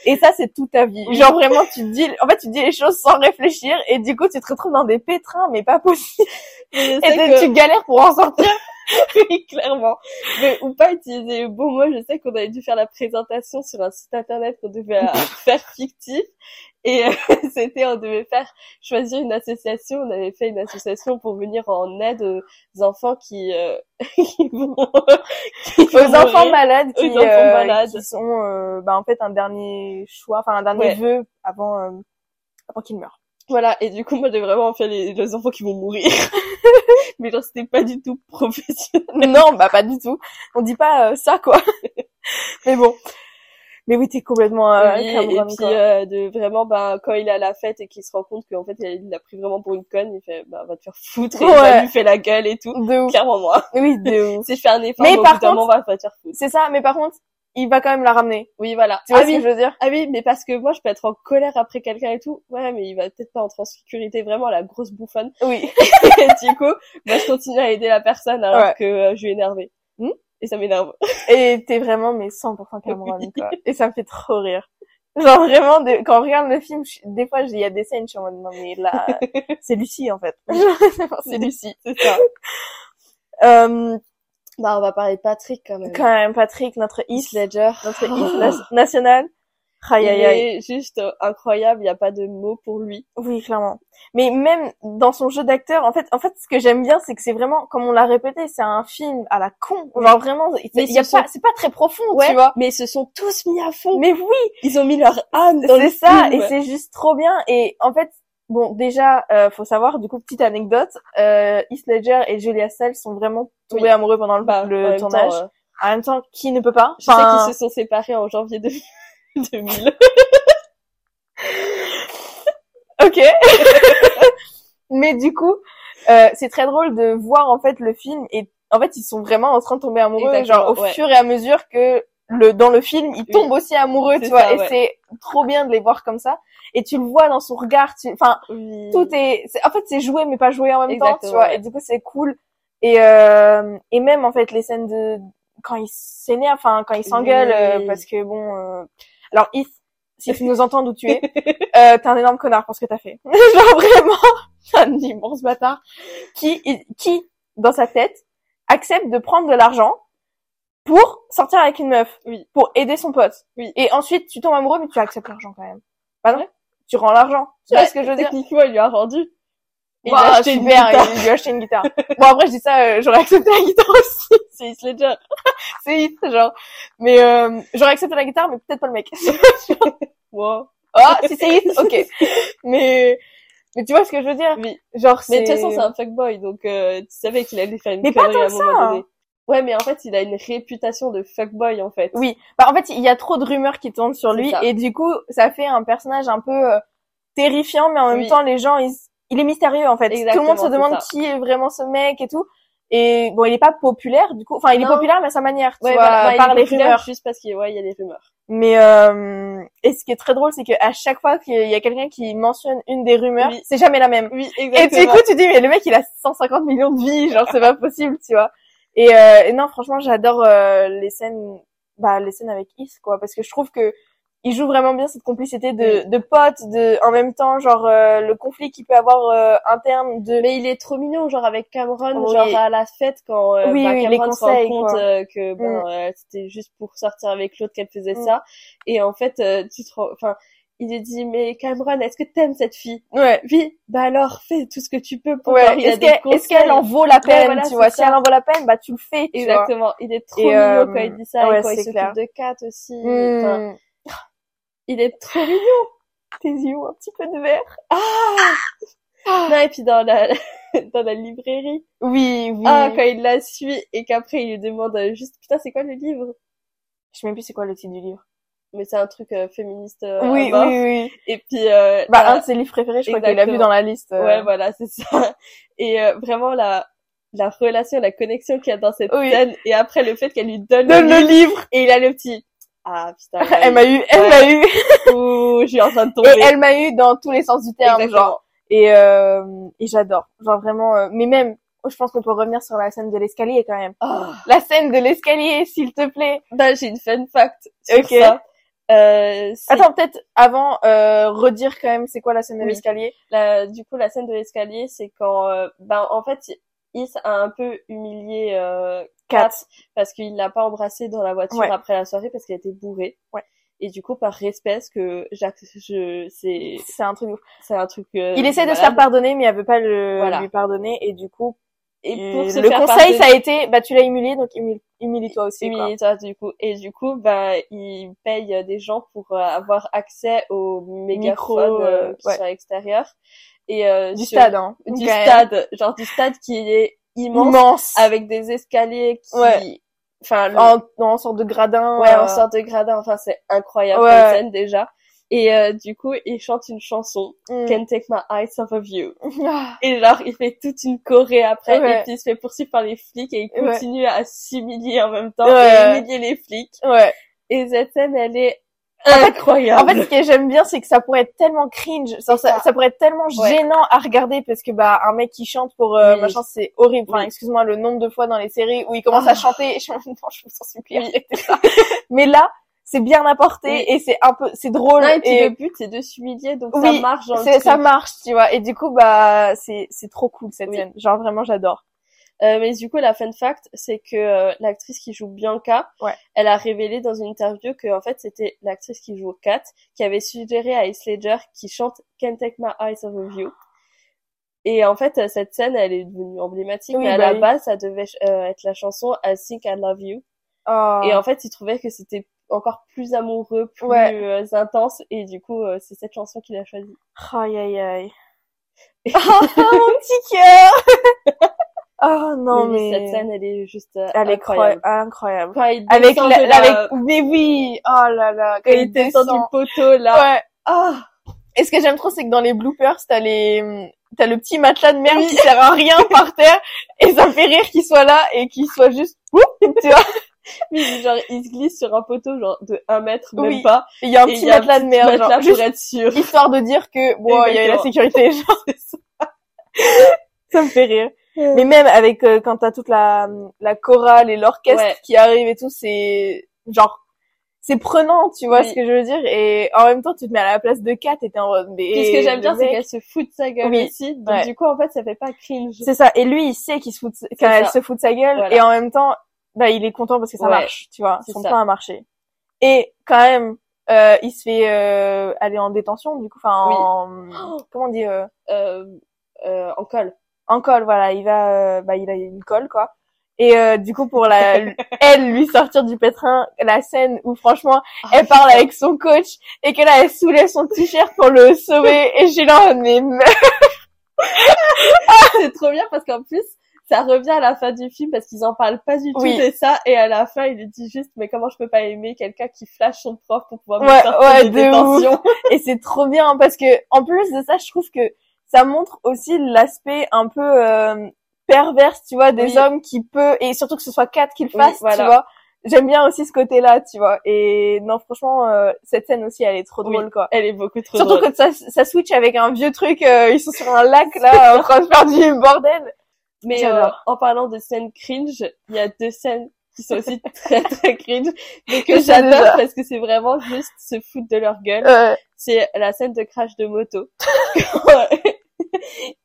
S2: Et ça, c'est toute ta vie.
S1: Oui.
S2: Genre vraiment, tu dis, en fait, tu dis les choses sans réfléchir, et du coup, tu te retrouves dans des pétrins, mais pas possible.
S1: Mais je
S2: Et
S1: sais
S2: t'es-
S1: que-
S2: tu galères pour en sortir.
S1: Oui, *laughs* clairement. Mais ou pas utiliser le bon mot. Je sais qu'on avait dû faire la présentation sur un site internet qu'on devait euh, faire fictif. Et euh, *laughs* c'était, on devait faire choisir une association. On avait fait une association pour venir en aide aux enfants qui, euh, *laughs* qui vont, qui
S2: Aux
S1: vont
S2: enfants
S1: mourir.
S2: malades qui,
S1: Aux enfants
S2: euh,
S1: malades.
S2: qui sont, euh, bah, en fait, un dernier choix, enfin, un dernier
S1: Ouais.
S2: vœu avant, euh, avant qu'ils meurent.
S1: Voilà. Et du coup, moi, j'ai vraiment fait les, les enfants qui vont mourir. *laughs* Mais genre, c'était pas du tout professionnel. *laughs*
S2: non, bah, pas du tout. On dit pas euh, ça, quoi. *laughs* mais bon. Mais oui, t'es complètement, euh,
S1: Oui, et
S2: Cameron,
S1: puis
S2: quoi.
S1: euh, de vraiment bah quand il est à la fête et qu'il se rend compte qu'en fait il l'a pris vraiment pour une conne il fait bah va te faire foutre et il
S2: Ouais.
S1: va lui fait la gueule et tout *laughs*
S2: De ouf.
S1: clairement moi
S2: Oui, de ouf.
S1: si je fais un effort
S2: Mais
S1: mais au
S2: par
S1: bout d'un moment bah, va te faire foutre
S2: C'est ça, mais par contre, il va quand même la ramener.
S1: Oui, voilà.
S2: Tu vois
S1: ah,
S2: ce
S1: oui.
S2: que je veux dire
S1: ah oui, mais parce que moi, je peux être en colère après quelqu'un et tout. Ouais, mais il va peut-être pas entrer en sécurité, vraiment la grosse bouffonne. *laughs*
S2: Oui.
S1: et du coup, bah, je continue à aider la personne alors
S2: Ouais.
S1: que euh, je suis énervée. Hmm et ça m'énerve.
S2: *laughs* Et t'es vraiment mais 100% Cameron quoi. Et ça me fait trop rire. Genre vraiment, de- quand on regarde le film, je- des fois il y a des scènes, je suis en mode non mais
S1: *laughs*
S2: là, c'est Lucie en fait. c'est Lucie.
S1: *laughs* C'est ça.
S2: Euh,
S1: bah, on va parler de Patrick quand même.
S2: quand même Patrick, notre
S1: Heath
S2: Heath,
S1: Ledger. *gasps*
S2: notre Heath na- national.
S1: Il
S2: Aïe aïe aïe.
S1: est juste euh, incroyable, il n'y a pas de mots pour lui.
S2: Oui, clairement. Mais même dans son jeu d'acteur, en fait, en fait, ce que j'aime bien, c'est que c'est vraiment, comme on l'a répété, c'est un film à la con. Genre vraiment, il
S1: Mais
S2: il y a
S1: ce sont-
S2: pas, c'est pas très profond, tu vois.
S1: mais ils se sont tous mis à fond.
S2: Mais oui,
S1: Ils ont mis leur âme dans le
S2: c'est ça,
S1: film.
S2: et c'est juste trop bien. Et en fait, bon, déjà, euh, faut savoir, du coup, petite anecdote, euh, Heath Ledger et Julia Stiles sont vraiment tombés
S1: Oui.
S2: amoureux pendant le,
S1: Bah,
S2: le
S1: en même temps,
S2: tournage.
S1: euh,
S2: En même temps, qui ne peut pas
S1: je
S2: Enfin,
S1: sais qu'ils se sont séparés en janvier 2000. *laughs* 2000.
S2: Ok. *laughs* Mais du coup, euh, c'est très drôle de voir en fait le film et en fait ils sont vraiment en train de tomber amoureux
S1: Exactement,
S2: genre au
S1: ouais.
S2: fur et à mesure que le dans le film ils
S1: Oui.
S2: tombent aussi amoureux
S1: C'est
S2: tu vois
S1: ça,
S2: et
S1: ouais.
S2: c'est trop bien de les voir comme ça et tu le vois dans son regard tu enfin tout est, c'est- en fait c'est joué mais pas joué en même temps tu
S1: Mm. Exactement,
S2: vois
S1: ouais.
S2: et du coup c'est cool et euh, et même en fait les scènes de quand ils s'énervent enfin quand ils s'engueulent euh,
S1: Oui.
S2: parce que bon euh, alors Heath si tu nous entends d'où tu es
S1: *laughs*
S2: euh, t'es un énorme connard pour ce que t'as fait. *laughs* Genre vraiment, t'es un immense bâtard qui, qui, dans sa tête, accepte de prendre de l'argent pour sortir avec une meuf,
S1: Oui.
S2: pour aider son pote.
S1: Oui.
S2: Et ensuite, tu tombes amoureux, mais tu acceptes l'argent quand même. Bah non,
S1: Ouais.
S2: tu rends l'argent. Tu vois
S1: Ouais,
S2: ce que je veux
S1: *laughs*
S2: dire
S1: Techniquement, il lui a rendu. Et il a
S2: Ouah,
S1: acheté une
S2: super,
S1: guitare.
S2: il lui a acheté une guitare. bon après, je dis ça, euh, j'aurais accepté la guitare *laughs* aussi.
S1: C'est Heath Ledger.
S2: *laughs* C'est Heath, genre. Mais euh, j'aurais accepté la guitare, mais peut-être pas le mec. *laughs*
S1: Wow. *laughs*
S2: Ah, si c'est Heath, ok. Mais... Mais tu vois ce que je veux dire
S1: Oui.
S2: Genre, c'est...
S1: Mais de toute façon, c'est un fuckboy, donc euh, tu savais qu'il allait faire une
S2: Mais pas
S1: connerie à un
S2: tant
S1: moment
S2: ça.
S1: donné. Ouais, mais en fait, il a une réputation de fuckboy, en fait.
S2: Oui, bah en fait, il y a trop de rumeurs qui tournent sur
S1: C'est
S2: lui
S1: ça.
S2: et du coup, ça fait un personnage un peu euh, terrifiant, mais en même
S1: Oui.
S2: temps, les gens, ils- il est mystérieux en fait. Tout le
S1: Exactement,
S2: monde se
S1: c'est
S2: demande
S1: ça.
S2: qui est vraiment ce mec et tout. Et bon, il est pas populaire du coup. Enfin, il est
S1: Non.
S2: populaire mais à sa manière, tu
S1: Ouais,
S2: vois,
S1: bah, bah,
S2: par
S1: il est
S2: les
S1: populaire
S2: rumeurs.
S1: Juste parce qu'il ouais, il y a les rumeurs.
S2: Mais euh, et ce qui est très drôle, c'est que à chaque fois qu'il y a quelqu'un qui mentionne une des rumeurs,
S1: Oui.
S2: c'est jamais la même.
S1: Oui,
S2: Et du
S1: exactement.
S2: coup, tu dis, mais le mec, il a 150 millions de vies, genre, c'est pas possible, tu vois. Et, euh, et non, franchement, j'adore euh, les scènes, bah, les scènes avec Is, quoi, parce que je trouve que il joue vraiment bien cette complicité de, de potes, de, en même temps, genre, euh, le conflit qu'il peut avoir euh, interne de...
S1: Mais il est trop mignon, genre avec Cameron,
S2: Oui.
S1: genre à la fête quand euh,
S2: Oui,
S1: bah,
S2: oui, les
S1: Cameron se rend
S2: conseils,
S1: compte
S2: quoi.
S1: euh, que bon,
S2: Mm.
S1: euh, c'était juste pour sortir avec l'autre qu'elle faisait
S2: Mm.
S1: ça. Et en fait, euh, tu te rends- enfin, il lui dit mais Cameron, est-ce que t'aimes cette fille
S2: Ouais.
S1: Oui. Bah alors, fais tout ce que tu peux pour
S2: Ouais,
S1: leur- il a
S2: est-ce
S1: des
S2: qu'elle est-ce
S1: conseils.
S2: qu'elle en vaut la peine,
S1: voilà,
S2: tu
S1: c'est
S2: vois Si
S1: ça.
S2: elle en vaut la peine, bah tu le fais, tu vois.
S1: Exactement, il est trop
S2: Et,
S1: mignon
S2: euh,
S1: quand il dit ça
S2: ouais,
S1: et quand
S2: c'est
S1: il s'occupe
S2: clair.
S1: de Kat aussi.
S2: Hmm.
S1: Enfin, il est trop mignon.
S2: Tes yeux ont un petit peu de verre. Ah.
S1: Non, et puis dans la *laughs* dans la librairie,
S2: Oui, oui.
S1: ah quand il la suit et qu'après il lui demande euh, juste putain c'est quoi le livre
S2: Je sais même plus c'est quoi le titre du livre.
S1: Mais c'est un truc euh, féministe. euh, à
S2: oui,
S1: mort.
S2: oui, oui.
S1: Et puis euh,
S2: Bah,
S1: la-
S2: un de ses livres préférés, je crois qu'il a vu
S1: Exactement.
S2: dans la liste. euh.
S1: ouais voilà c'est ça. *laughs* Et euh, vraiment la la relation, la connexion qu'il y a dans cette
S2: Oui.
S1: scène et après le fait qu'elle lui donne,
S2: Donne
S1: le livre
S2: le livre.
S1: et il a le petit. Ah putain. il a
S2: *laughs* Elle m'a eu, elle
S1: Ouais.
S2: m'a eu,
S1: Ouh, je suis en train de tomber.
S2: et elle m'a eu dans tous les sens du terme,
S1: Exactement.
S2: genre. Et, euh, et j'adore, genre vraiment. euh, mais même, je pense qu'on peut revenir sur la scène de l'escalier quand même.
S1: Ah.
S2: La scène de l'escalier, s'il te plaît.
S1: Non, j'ai une fun fact sur
S2: Ok.
S1: ça. Euh, c'est
S2: Attends, peut-être avant euh, redire quand même, c'est quoi la scène de
S1: Oui.
S2: l'escalier
S1: la- du coup, la scène de l'escalier, c'est quand, euh, ben, en fait, Is a un peu humilié euh, Kat parce qu'il l'a pas embrassée dans la voiture
S2: Ouais.
S1: après la soirée parce qu'elle était bourrée.
S2: Ouais.
S1: Et du coup, par respect, parce que Jacques, je, c'est,
S2: C'est un truc. de ouf.
S1: c'est un truc. euh,
S2: Il essaie de se
S1: malade.
S2: faire pardonner, mais elle veut pas le
S1: Voilà.
S2: lui pardonner, et du coup,
S1: Et
S2: il-
S1: pour se
S2: le
S1: faire
S2: conseil,
S1: pardonner-
S2: ça a été, bah tu l'as humilié, donc humile- humilie-toi aussi. quoi.
S1: humilie-toi du coup et du coup bah il paye euh, des gens pour euh, avoir accès aux
S2: Micro,
S1: mégaphones euh,
S2: euh,
S1: qui
S2: ouais.
S1: sont à l'extérieur et euh,
S2: Du
S1: sur-
S2: stade, hein.
S1: du
S2: Quand même.
S1: stade Ah, genre du stade qui est immense,
S2: immense,
S1: avec des escaliers qui
S2: Ouais.
S1: enfin le-
S2: en, en sorte de gradin.
S1: Mm. ouais
S2: euh,
S1: en sorte de gradin enfin c'est incroyable
S2: Ouais.
S1: comme scène déjà et euh, du coup il chante une chanson
S2: hmm.
S1: Can't take my eyes off of you et genre il fait toute une chorée après
S2: Ah. Ouais.
S1: et puis il se fait poursuivre par les flics et il
S2: Ouais.
S1: continue à s'humilier en même temps
S2: Ouais.
S1: et humilier les flics
S2: Ouais.
S1: Et cette scène, elle est
S2: fait-
S1: incroyable.
S2: En fait, ce que j'aime bien, c'est que ça pourrait être tellement cringe, ça, ça,
S1: Ah ça.
S2: ça pourrait être tellement
S1: Ouais.
S2: gênant à regarder parce que bah un mec qui chante pour euh,
S1: Oui.
S2: machin, c'est horrible. Enfin,
S1: Oui.
S2: excuse-moi, le nombre de fois dans les séries où il commence
S1: Ah.
S2: à chanter, et je *laughs* me dis, non, je vous en supplie, arrêtez ça. Mais là, c'est bien apporté
S1: Oui.
S2: et c'est un peu, c'est drôle
S1: Non, et puis
S2: et
S1: le but, c'est de s'humilier, donc
S2: Oui,
S1: ça marche dans le
S2: c'est-
S1: truc.
S2: ça marche, tu vois. Et du coup, bah c'est c'est trop cool cette
S1: Oui.
S2: scène. Genre vraiment, j'adore.
S1: Euh, mais du coup, la fun fact, c'est que euh, l'actrice qui joue Bianca,
S2: Ouais.
S1: elle a révélé dans une interview que en fait c'était l'actrice qui joue Kat qui avait suggéré à Heath Ledger qui chante Can't Take My Eyes Off of You. Et en fait, euh, cette scène, elle est devenue emblématique.
S2: Oui,
S1: mais à
S2: bah
S1: la
S2: oui.
S1: base, ça devait euh, être la chanson I Think I Love You.
S2: Ah.
S1: Et en fait, il trouvait que c'était encore plus amoureux, plus
S2: Ouais.
S1: euh, intense. Et du coup, euh, c'est cette chanson qu'il a choisie.
S2: Aïe aïe aïe.
S1: *laughs*
S2: Ah, mon petit cœur. oh non
S1: Mais
S2: mais,
S1: cette scène, elle est juste euh,
S2: elle est
S1: incroyable.
S2: incroyable. incroyable.
S1: Quand il
S2: avec
S1: descend
S2: la,
S1: de la-
S2: avec mais oui oh là là
S1: quand il descend du poteau là.
S2: ouais ah et ce que j'aime trop c'est que dans les bloopers t'as les t'as le petit matelas de merde qui sert à rien par terre et ça me fait rire qu'il soit là et qu'il soit
S1: *laughs*
S2: juste Ouh tu vois
S1: Oui, mais *laughs* genre, il se glisse sur un poteau, genre, de 1 mètre, même
S2: Oui.
S1: pas.
S2: il y a un
S1: Et
S2: petit
S1: il y a un
S2: matelas de
S1: Pour
S2: merde
S1: être
S2: genre,
S1: là
S2: juste
S1: pour être *laughs* sûr.
S2: histoire de dire que bon il y a eu la
S1: Exactement.
S2: sécurité genre
S1: *laughs* C'est ça.
S2: ça me fait rire mais même avec euh, quand t'as toute la la chorale et l'orchestre
S1: Ouais.
S2: qui arrive et tout c'est genre c'est prenant, tu vois
S1: Oui.
S2: ce que je veux dire, et en même temps tu te mets à la place de Kat et t'es en mode. mais
S1: Puis ce que j'aime
S2: le
S1: bien, c'est
S2: mec-
S1: qu'elle se fout de sa gueule
S2: Oui.
S1: aussi. Donc,
S2: Ouais.
S1: du coup, en fait, ça fait pas cringe.
S2: C'est ça. Et lui, il sait qu'il se fout, de- qu'elle
S1: ça.
S2: se fout de sa gueule.
S1: Voilà.
S2: Et en même temps, bah, il est content parce que ça
S1: Ouais.
S2: marche, tu vois.
S1: C'est
S2: Son
S1: ça.
S2: plan a marché. Et quand même, euh, il se fait euh, aller en détention, du coup, enfin,
S1: Oui. Oh
S2: en, comment on dit, euh,
S1: Euh, euh, en *laughs* col.
S2: en colle, voilà. Il va, euh, bah, il a une colle, quoi. Et euh, du coup, pour
S1: *laughs*
S2: la, elle lui sortir du pétrin, la scène où franchement, elle parle
S1: *laughs*
S2: avec son coach et qu'elle elle soulève son t-shirt pour le sauver. et j'ai là, mais meuf.
S1: C'est trop bien parce qu'en plus, ça revient à la fin du film parce qu'ils en parlent pas du tout
S2: Oui.
S1: de ça. Et à la fin, il lui dit juste, mais comment je peux pas aimer quelqu'un qui flash son prof pour pouvoir me
S2: Ouais,
S1: sortir
S2: ouais,
S1: de
S2: de
S1: détention.
S2: et c'est trop bien parce que en plus de ça je trouve que ça montre aussi l'aspect un peu euh, perverse tu vois des
S1: Oui.
S2: hommes qui peut et surtout que ce soit quatre qui le
S1: Oui,
S2: fassent tu
S1: voilà.
S2: vois j'aime bien aussi ce côté là tu vois et non franchement euh, cette scène aussi elle est trop
S1: Oui.
S2: drôle quoi
S1: *laughs* Elle est beaucoup trop
S2: surtout
S1: drôle.
S2: que ça, ça switch avec un vieux truc euh, ils sont sur un lac là en train de faire du bordel
S1: Mais
S2: J'adore.
S1: euh, en parlant de scènes cringe, il y a deux scènes qui sont aussi *laughs* très très cringe, mais que
S2: Je sais déjà.
S1: j'adore parce que c'est vraiment juste se foutre de leur gueule.
S2: Euh,
S1: C'est la scène de crash de moto. *laughs* Quand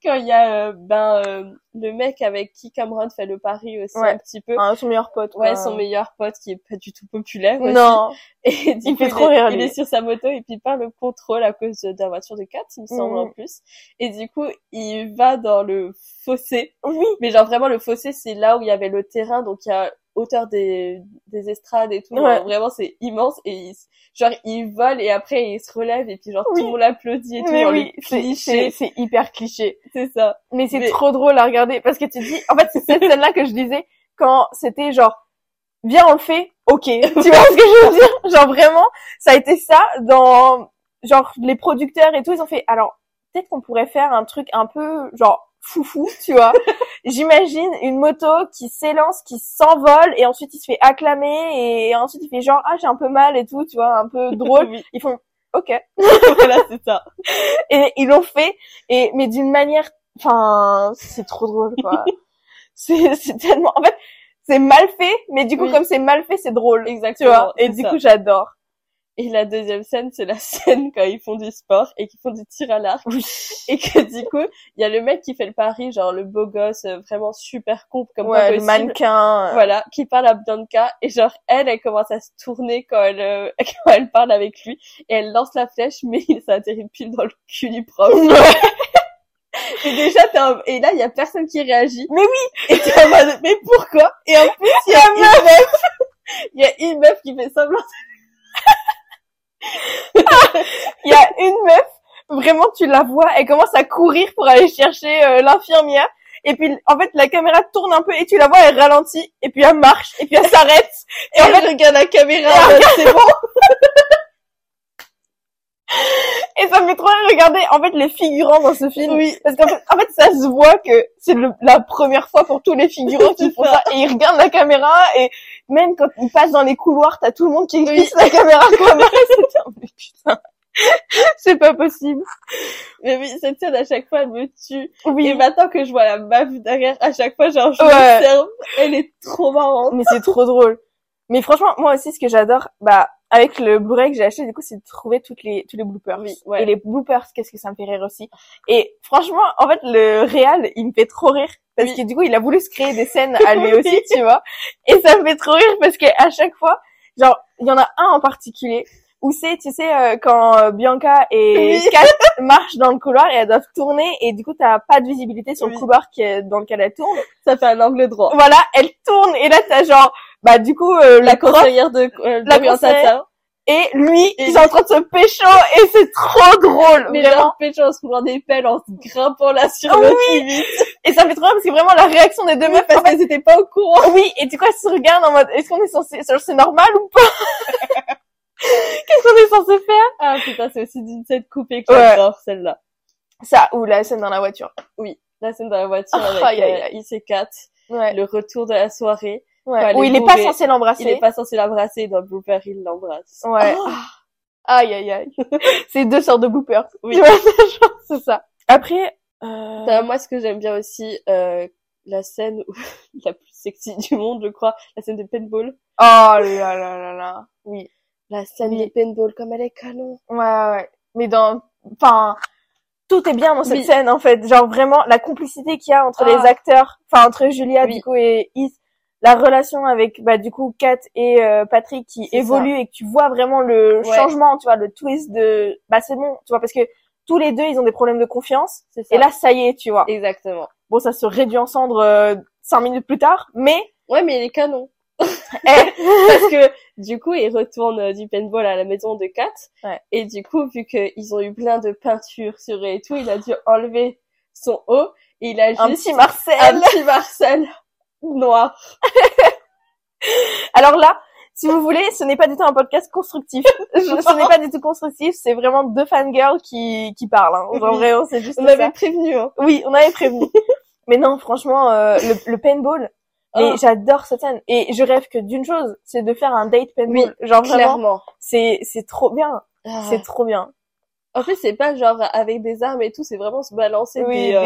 S1: quand il y a euh, ben euh, le mec avec qui Cameron fait le pari aussi
S2: Ouais.
S1: un petit peu.
S2: hein, son meilleur pote
S1: Ouais,
S2: quoi.
S1: son meilleur pote qui est pas du tout populaire. aussi.
S2: non
S1: *laughs* Et du
S2: Il
S1: coup,
S2: fait trop
S1: est,
S2: rire,
S1: il
S2: lui.
S1: est sur sa moto et puis il perd le contrôle à cause de, de la voiture de Kat, il me semble
S2: Mhm.
S1: en plus. Et du coup, il va dans le fossé.
S2: oui
S1: Mais genre vraiment le fossé c'est là où il y avait le terrain donc il y a hauteur des, des estrades et tout.
S2: Ouais.
S1: Genre, vraiment c'est immense et il, s- genre il vole et après il se relève et puis genre
S2: Oui.
S1: tout le monde applaudit et tout.
S2: mais
S1: genre,
S2: oui
S1: le
S2: c'est-
S1: cliché,
S2: c'est c'est hyper cliché
S1: c'est ça.
S2: Mais c'est
S1: Mais-
S2: trop drôle à regarder parce que tu dis, en fait, c'est cette scène-là que je disais quand c'était genre, viens, on le fait, ok. Tu vois ce que je veux dire? Genre vraiment, ça a été ça dans, genre, les producteurs et tout, ils ont fait, alors, peut-être qu'on pourrait faire un truc un peu, genre, foufou, tu vois. J'imagine une moto qui s'élance, qui s'envole et ensuite il se fait acclamer et ensuite il fait genre, ah, j'ai un peu mal et tout, tu vois, un peu *laughs*
S1: *laughs*
S2: drôle.
S1: Oui,
S2: Ils font, ok
S1: voilà c'est ça.
S2: et ils l'ont fait et mais d'une manière enfin c'est trop drôle
S1: *laughs*
S2: quoi c'est c'est tellement en fait c'est mal fait mais du coup
S1: Oui.
S2: comme c'est mal fait c'est drôle tu
S1: Exactement.
S2: vois et
S1: c'est
S2: du
S1: ça.
S2: coup j'adore
S1: Et la deuxième scène, c'est la *laughs* scène quand ils font du sport et qu'ils font du tir à l'arc. Et que du coup, il y a le mec qui fait le pari, genre le beau gosse, euh, vraiment super con comme pas
S2: ouais le
S1: possible.
S2: mannequin euh,
S1: voilà, qui parle à Bianca et genre elle, elle commence à se tourner quand elle euh, *laughs* quand elle parle avec lui et elle lance la flèche mais *laughs* ça atterrit pile dans le cul
S2: *laughs*
S1: du prof. et déjà t'es en- et là il y a personne qui réagit.
S2: Mais
S1: oui. Et t'es en mode mais pourquoi
S2: *laughs*
S1: Et en plus il y a une meuf, il y a une meuf *laughs* qui fait semblant.
S2: il y a une meuf vraiment tu la vois elle commence à courir pour aller chercher euh, l'infirmière et puis en fait la caméra tourne un peu et tu la vois elle ralentit et puis elle marche et puis elle s'arrête
S1: Et en fait regarde la caméra.
S2: Et
S1: en mode, C'est bon.
S2: et ça me fait trop rire regarder en fait les figurants dans ce film.
S1: Oui.
S2: Parce qu'en fait, en fait, ça se voit que c'est le- la première fois pour tous les figurants qui font ça. Et ils regardent la caméra et même quand ils passent dans les couloirs, t'as tout le monde qui fixe la caméra *laughs* comme ça. C'était un- mais putain. C'est pas possible.
S1: Mais oui, cette scène à chaque fois elle me tue.
S2: Oui.
S1: Et maintenant que je vois la meuf derrière, à chaque fois genre je
S2: Ouais.
S1: l'observe. Elle est trop marrante.
S2: Mais c'est trop drôle. Mais franchement, moi aussi, ce que j'adore, bah, avec le Blu-ray que j'ai acheté, du coup, c'est de trouver toutes les, tous les bloopers.
S1: Oui, ouais.
S2: Et les bloopers, qu'est-ce que ça me fait rire aussi. Et franchement, en fait, le réal, il me fait trop rire. Parce
S1: Oui.
S2: que du coup, il a voulu se créer des scènes à lui
S1: *laughs* Oui.
S2: aussi, tu vois. Et ça me fait trop rire parce que à chaque fois, genre, il y en a un en particulier où c'est, tu sais, euh, quand euh, Bianca et *laughs*
S1: Oui.
S2: Kat marchent dans le couloir et elles doivent tourner et du coup, t'as pas de visibilité sur le
S1: Oui.
S2: couloir qui est- dans lequel elles tournent
S1: Ça fait un angle droit.
S2: voilà, elle tourne et là t'as genre bah du coup euh,
S1: La
S2: la prof
S1: conseillère de euh,
S2: La
S1: d'orientation.
S2: et lui
S1: Et
S2: ils sont en train de se pécho et c'est trop drôle
S1: Mais
S2: vraiment.
S1: genre pécho en se coulant des pelles en se grimpant là sur
S2: Oh
S1: le
S2: oui.
S1: kiwi.
S2: Et ça me fait trop rire parce que vraiment la réaction des deux meufs
S1: parce
S2: en fait,
S1: qu'elles étaient pas au courant.
S2: oui et du coup elles se regardent en mode est-ce qu'on est censé genre, c'est normal ou pas
S1: *laughs*
S2: Qu'est-ce qu'on est censé faire
S1: Ah putain, c'est aussi d'une scène coupée que
S2: Ouais.
S1: j'adore celle-là.
S2: Ça ou la scène dans la voiture.
S1: La scène dans la voiture
S2: Ah,
S1: avec
S2: aïe, aïe,
S1: euh, IC4,
S2: Ouais.
S1: le retour de la soirée.
S2: ouais.
S1: elle
S2: Où
S1: est
S2: il est pas
S1: bourrée.
S2: censé l'embrasser.
S1: Il est pas censé l'embrasser, et dans le blooper, il l'embrasse.
S2: Ouais. Ah.
S1: Oh.
S2: Aïe aïe
S1: *laughs*
S2: aïe. c'est deux sortes de bloopers.
S1: Oui.
S2: Tu vois, *laughs* c'est genre, c'est ça. Après euh...
S1: Enfin, moi, ce que j'aime bien aussi, euh, la scène où- *laughs* la plus sexy du monde, je crois, la scène de paintball.
S2: Oh là là là là. Oui.
S1: La scène
S2: Oui.
S1: de paintball, comme elle est canon.
S2: Ouais, ouais. Mais dans, enfin, tout est bien dans cette
S1: Oui.
S2: scène, en fait. Genre vraiment, la complicité qu'il y a entre
S1: Ah.
S2: les acteurs, enfin, entre Julia,
S1: Oui.
S2: du coup, et Heath, la relation avec, bah, du coup, Kat et euh, Patrick qui
S1: C'est
S2: évolue et que tu vois vraiment le
S1: Ouais.
S2: changement, tu vois, le twist de, bah, c'est bon, tu vois, parce que tous les deux, ils ont des problèmes de confiance.
S1: C'est ça.
S2: Et là, ça y est, tu vois.
S1: Exactement.
S2: Bon, ça se réduit en cendres euh, cinq minutes plus tard, mais,
S1: Ouais, mais il est canon.
S2: eh,
S1: *laughs* Parce que, du coup, ils retournent euh, du paintball à la maison de Kat.
S2: Ouais.
S1: Et du coup, vu qu'ils ont eu plein de peintures sur eux et tout, il a dû enlever son haut. Et il a
S2: un
S1: juste
S2: petit Marcel.
S1: un petit Marcel noir.
S2: *laughs* Alors là, si vous voulez, ce n'est pas du tout un podcast constructif. *laughs* Je- ce n'est pas du tout constructif, c'est vraiment deux fangirls qui, qui parlent. Hein. En
S1: Oui.
S2: vrai, on sait juste
S1: On
S2: ça.
S1: avait prévenu, hein.
S2: Oui, on avait *laughs* prévenu. Mais non, franchement, euh, le, le paintball, mais
S1: Oh,
S2: j'adore cette scène. Et je rêve que d'une chose, c'est de faire un date paintball. Genre vraiment,
S1: clairement.
S2: c'est c'est trop bien.
S1: Ah.
S2: C'est trop bien.
S1: En fait, c'est pas genre avec des armes et tout, c'est vraiment se balancer
S2: Oui,
S1: des, euh,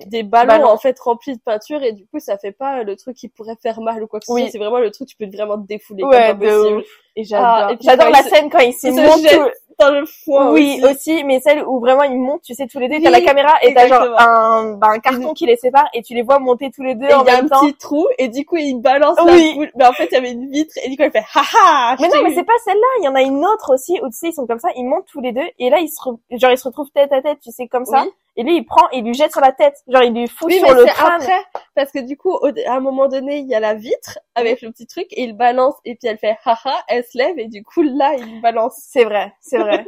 S2: des-
S1: des ballons
S2: ballons.
S1: en fait remplis de peinture et du coup ça fait pas le truc qui pourrait faire mal ou quoi que ce
S2: Oui.
S1: soit. C'est vraiment le truc tu peux vraiment te défouler
S2: Ouais,
S1: comme
S2: de
S1: pas possible.
S2: Et j'adore.
S1: Ah, et puis
S2: j'adore
S1: quand
S2: la
S1: il se-
S2: scène quand il se
S1: il se
S2: monte.
S1: jette
S2: tout-
S1: Dans le foin.
S2: Oui,
S1: aussi.
S2: aussi, mais celle où vraiment ils montent, tu sais, tous les deux,
S1: Oui,
S2: t'as la caméra et t'as genre
S1: exactement.
S2: un, bah, un carton qui les sépare et tu les vois monter tous les deux
S1: Et
S2: en
S1: il y a un
S2: même temps.
S1: petit trou et du coup il balance
S2: Oui.
S1: la boule. Mais en fait il y avait une vitre et du coup elle fait haha.
S2: Mais non, mais c'est pas celle-là, il y en a une autre aussi où tu sais, ils sont comme ça, ils montent tous les deux et là ils se, re- genre ils se retrouvent tête à tête, tu sais, comme ça.
S1: Oui.
S2: Et lui, il prend, il lui jette sur la tête, genre il lui fout
S1: Oui,
S2: sur
S1: mais
S2: le
S1: c'est
S2: crâne.
S1: après parce que du coup au- à un moment donné il y a la vitre avec le petit truc et il balance et puis elle fait haha, elle se lève et du coup là il balance.
S2: C'est vrai, c'est
S1: *laughs*
S2: vrai.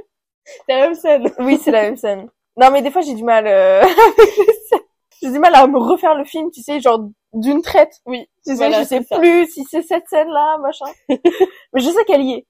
S1: C'est la même scène.
S2: oui, c'est la même scène. Non, mais des fois j'ai du mal, euh... *laughs* avec les scènes. j'ai du mal à me refaire le film, tu sais, genre d'une traite.
S1: Oui,
S2: Tu sais,
S1: Voilà,
S2: je sais
S1: c'est ça.
S2: plus si c'est cette scène-là,
S1: *laughs*
S2: machin. mais je sais qu'elle y est.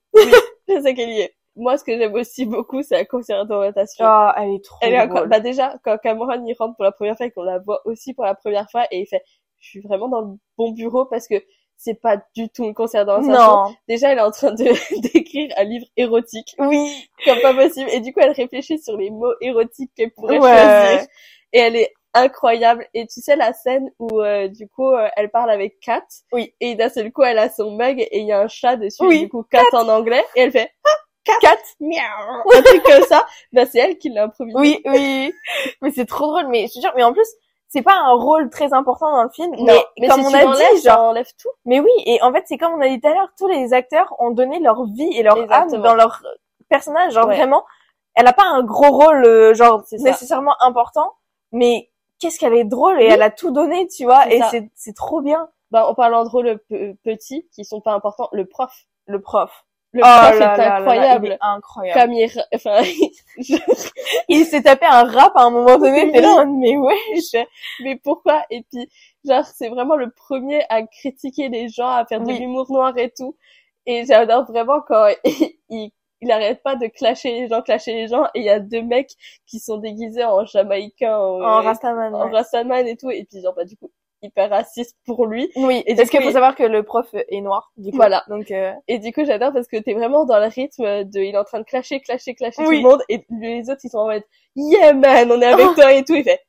S1: je sais qu'elle y est. Moi ce que j'aime aussi beaucoup c'est la conseillère d'orientation.
S2: Ah, elle est trop
S1: Elle est encore...
S2: drôle.
S1: Bah déjà, quand Cameron y rentre pour la première fois et qu'on la voit aussi pour la première fois, et il fait, je suis vraiment dans le bon bureau parce que c'est pas du tout le concert dans
S2: Non.
S1: Déjà, elle est en train de *laughs* d'écrire un livre érotique,
S2: Oui.
S1: comme pas possible. Et du coup, elle réfléchit sur les mots érotiques qu'elle pourrait
S2: Ouais.
S1: choisir. Et elle est incroyable. Et tu sais la scène où euh, du coup, euh, elle parle avec Kat.
S2: Oui.
S1: Et d'un seul coup, elle a son mug et il y a un chat dessus.
S2: Oui, Ah,
S1: Et du coup, Kat, en anglais. Et elle fait,
S2: Kat.
S1: miaou, un truc comme ça. Bah c'est elle qui l'a improvisé.
S2: Oui, oui. Mais c'est trop drôle. Mais je te jure, mais en plus, c'est pas un rôle très important dans le film.
S1: Non,
S2: mais, comme
S1: si
S2: on
S1: tu
S2: a
S1: l'enlèves, hein.
S2: dit,
S1: ça
S2: genre,
S1: enlève tout.
S2: mais oui. Et en fait, c'est comme on a dit tout à l'heure, tous les acteurs ont donné leur vie et leur âme
S1: Exactement.
S2: dans leur personnage. Genre
S1: Ouais.
S2: vraiment, elle a pas un gros rôle, euh, genre
S1: C'est ça.
S2: nécessairement important, mais qu'est-ce qu'elle est drôle et
S1: Oui.
S2: elle a tout donné, tu vois.
S1: C'est
S2: Et
S1: ça.
S2: c'est, c'est trop bien.
S1: Bah, en parlant de rôles pe- petits, qui sont pas importants, le prof.
S2: Le prof.
S1: Le
S2: oh là là
S1: prof est
S2: là là,
S1: incroyable.
S2: il est incroyable.
S1: Comme il... Enfin, *laughs* je-
S2: Il s'est tapé un rap à un moment donné, t'es là, en mode, mais ouais.
S1: je- mais pourquoi Et puis, genre, c'est vraiment le premier à critiquer les gens, à faire de
S2: Oui.
S1: l'humour noir et tout. Et j'adore vraiment quand *laughs* il, il il arrête pas de clasher les gens, clasher les gens, et il y a deux mecs qui sont déguisés en jamaïcain, en,
S2: En Rastaman.
S1: en
S2: ouais.
S1: Rastaman et tout, et puis genre, bah, du coup, hyper raciste pour lui.
S2: Oui,
S1: Et du
S2: parce
S1: coup,
S2: qu'il faut
S1: il-
S2: savoir que le prof est noir, du coup.
S1: Voilà.
S2: Donc, euh,
S1: Et du coup, j'adore parce que t'es vraiment dans le rythme de, il est en train de clasher, clasher, clasher
S2: Oui.
S1: tout le monde, et les autres, ils sont en mode, yeah man, on est avec
S2: Oh.
S1: toi et tout, il fait,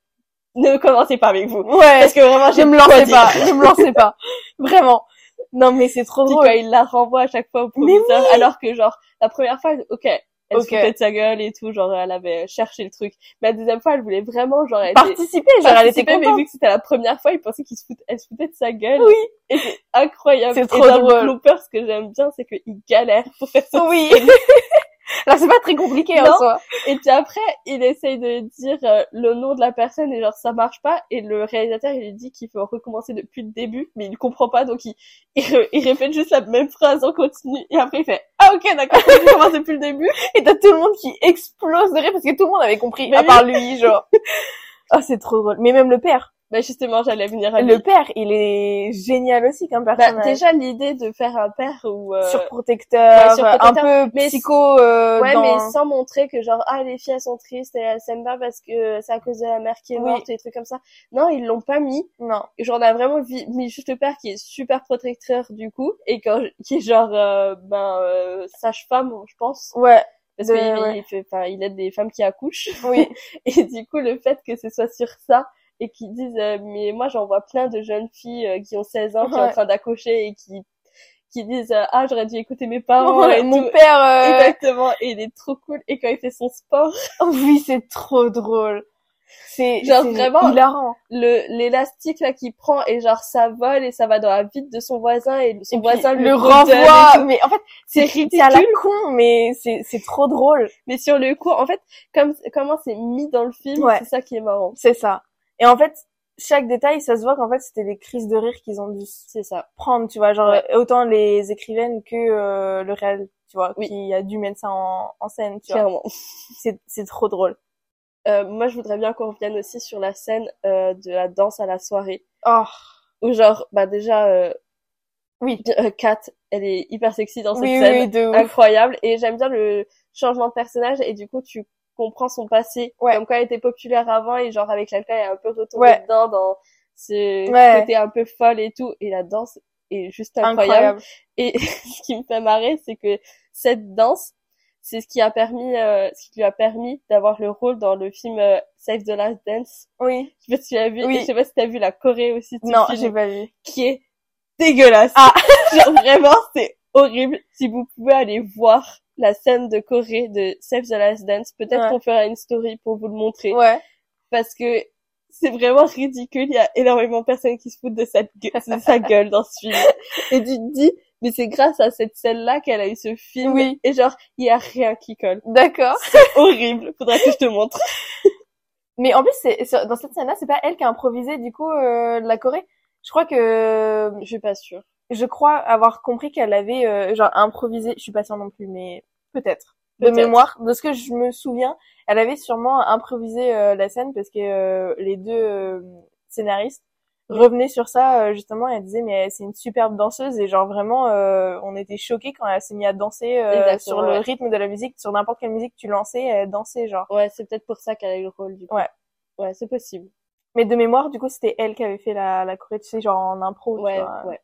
S1: ne commencez pas avec vous.
S2: ouais,
S1: Parce que vraiment,
S2: je
S1: j'ai
S2: me
S1: trop
S2: lançais
S1: dit.
S2: pas, je me lançais
S1: *laughs*
S2: pas. Vraiment. Non, mais c'est trop
S1: Puis
S2: drôle.
S1: quand il la renvoie à chaque fois au
S2: Mais
S1: professeur, alors que genre, la première fois, elle- ok, elle
S2: Ok.
S1: se foutait de sa gueule et tout, genre, elle avait cherché le truc. Mais la deuxième fois, elle voulait vraiment, genre, elle était-
S2: Participer, genre, elle était
S1: participer, mais
S2: contente.
S1: vu que c'était la première fois, il pensait qu'il se foutait, elle se foutait de sa gueule.
S2: Oui,
S1: Et c'est incroyable.
S2: C'est
S1: Et
S2: trop
S1: dans
S2: drôle.
S1: le blooper, ce que j'aime bien, c'est qu'il galère pour faire ça.
S2: oui. *laughs* Alors, c'est pas très compliqué, hein, en
S1: Non.
S2: soi.
S1: Et puis après, il essaye de dire euh, le nom de la personne et genre ça marche pas. Et le réalisateur, il lui dit qu'il faut recommencer depuis le début, mais il comprend pas, donc il, il, re- il répète juste la même phrase en continu. Et après, il fait *laughs* Ah ok, d'accord, on recommence depuis le début.
S2: Et t'as tout le monde qui explose de rire parce que tout le monde avait compris,
S1: Mais
S2: à
S1: oui.
S2: part lui, genre.
S1: *laughs*
S2: Ah, c'est trop drôle. Mais même le père.
S1: Bah justement, j'allais venir à lui.
S2: Le père, il est génial aussi comme
S1: Bah,
S2: personnage.
S1: déjà l'idée de faire un père ou euh,
S2: surprotecteur,
S1: ouais, surprotecteur,
S2: un peu
S1: mais-
S2: psycho euh,
S1: ouais,
S2: dans-
S1: mais sans montrer que genre ah les filles elles sont tristes et elles s'aiment pas parce que c'est à cause de la mère qui est
S2: Oui.
S1: morte et des trucs comme ça. Non, ils l'ont pas mis.
S2: Non.
S1: genre on a vraiment vi- mis juste le père qui est super protecteur du coup et quand qui est genre euh, ben euh, sage-femme je pense
S2: Ouais,
S1: parce
S2: de-
S1: qu'il
S2: ouais.
S1: il fait enfin il aide des femmes qui accouchent *laughs*
S2: oui.
S1: et du coup le fait que ce soit sur ça et qu'ils disent euh, mais moi j'en vois plein de jeunes filles euh, qui ont 16 ans qui sont en
S2: Ouais.
S1: train d'accoucher et qui qui disent euh, ah j'aurais dû écouter mes parents
S2: Ouais,
S1: et
S2: mon
S1: tout.
S2: père. euh,
S1: Exactement, et il est trop cool. Et quand il fait son sport,
S2: Oh *laughs* oui, c'est trop drôle. C'est
S1: Genre,
S2: c'est
S1: vraiment-
S2: hilarant.
S1: le l'élastique là qu'il prend et genre ça vole et ça va dans la vitre de son voisin et son
S2: Et puis,
S1: voisin
S2: le
S1: redonne et
S2: renvoi, mais en fait,
S1: C'est
S2: c'est à la
S1: ridicule,
S2: con, mais c'est c'est trop drôle.
S1: mais sur le coup, en fait, comme comment c'est mis dans le film,
S2: Ouais.
S1: c'est ça qui est marrant.
S2: C'est ça. Et en fait, chaque détail, ça se voit qu'en fait, c'était des crises de rire qu'ils ont dû
S1: C'est ça.
S2: prendre, tu vois, genre
S1: Ouais.
S2: euh, autant les écrivaines que euh, le réel, tu vois,
S1: Oui.
S2: qui a dû mettre ça en, en scène, tu vois.
S1: Clairement.
S2: C'est c'est trop drôle.
S1: Euh, moi, je voudrais bien qu'on revienne aussi sur la scène euh, de la danse à la soirée,
S2: Oh,
S1: où genre, bah déjà, euh,
S2: Oui.
S1: euh, Kat, elle est hyper sexy dans cette
S2: oui, oui,
S1: scène,
S2: oui, de ouf.
S1: incroyable, et j'aime bien le changement de personnage, et du coup, tu comprends son passé,
S2: Ouais.
S1: comme quoi elle était populaire avant, et genre avec l'alcool, elle est un peu retournée
S2: Ouais.
S1: dedans dans ce
S2: Ouais.
S1: côté un peu folle et tout, et la danse est juste incroyable.
S2: incroyable.
S1: Et *laughs* ce qui me fait marrer, c'est que cette danse, c'est ce qui a permis, euh, ce qui lui a permis d'avoir le rôle dans le film euh, Save the Last Dance.
S2: Oui.
S1: Je sais pas si tu l'as vu.
S2: Oui.
S1: Et je sais pas si t'as vu la Corée aussi du
S2: Non,
S1: film,
S2: j'ai pas vu.
S1: qui est dégueulasse.
S2: Ah.
S1: *laughs* Genre vraiment, c'est horrible. Si vous pouvez aller voir la scène de Corée de Save the Last Dance, peut-être
S2: Ouais.
S1: qu'on fera une story pour vous le montrer,
S2: Ouais.
S1: parce que c'est vraiment ridicule. Il y a énormément de personnes qui se foutent de, cette gue- de
S2: *laughs*
S1: sa gueule dans ce film. Et tu te dis, mais c'est grâce à cette scène-là qu'elle a eu ce film.
S2: Oui.
S1: Et genre, il y a rien qui colle. *laughs*
S2: D'accord.
S1: Horrible. Faudrait que je te montre.
S2: Mais en plus, c'est sur- dans cette scène-là, c'est pas elle qui a improvisé du coup euh, la Corée. Je crois que
S1: Je suis pas sûre.
S2: je crois avoir compris qu'elle avait euh, genre improvisé. Je suis pas sûre non plus, mais peut-être. de
S1: Peut-être.
S2: mémoire, de ce que je me souviens, elle avait sûrement improvisé euh, la scène parce que euh, les deux euh, scénaristes
S1: Mm.
S2: revenaient sur ça euh, justement. Elle disait mais c'est une superbe danseuse et genre vraiment, euh, on était choqués quand elle s'est mise à danser euh,
S1: Exactement,
S2: sur le
S1: ouais.
S2: rythme de la musique, sur n'importe quelle musique que tu lançais, elle dansait genre.
S1: Ouais, c'est peut-être pour ça qu'elle a eu le rôle du coup.
S2: Ouais.
S1: Ouais, c'est possible.
S2: Mais de mémoire, du coup, c'était elle qui avait fait la, la choré, tu sais, genre en impro, tu
S1: Ouais,
S2: vois.
S1: ouais.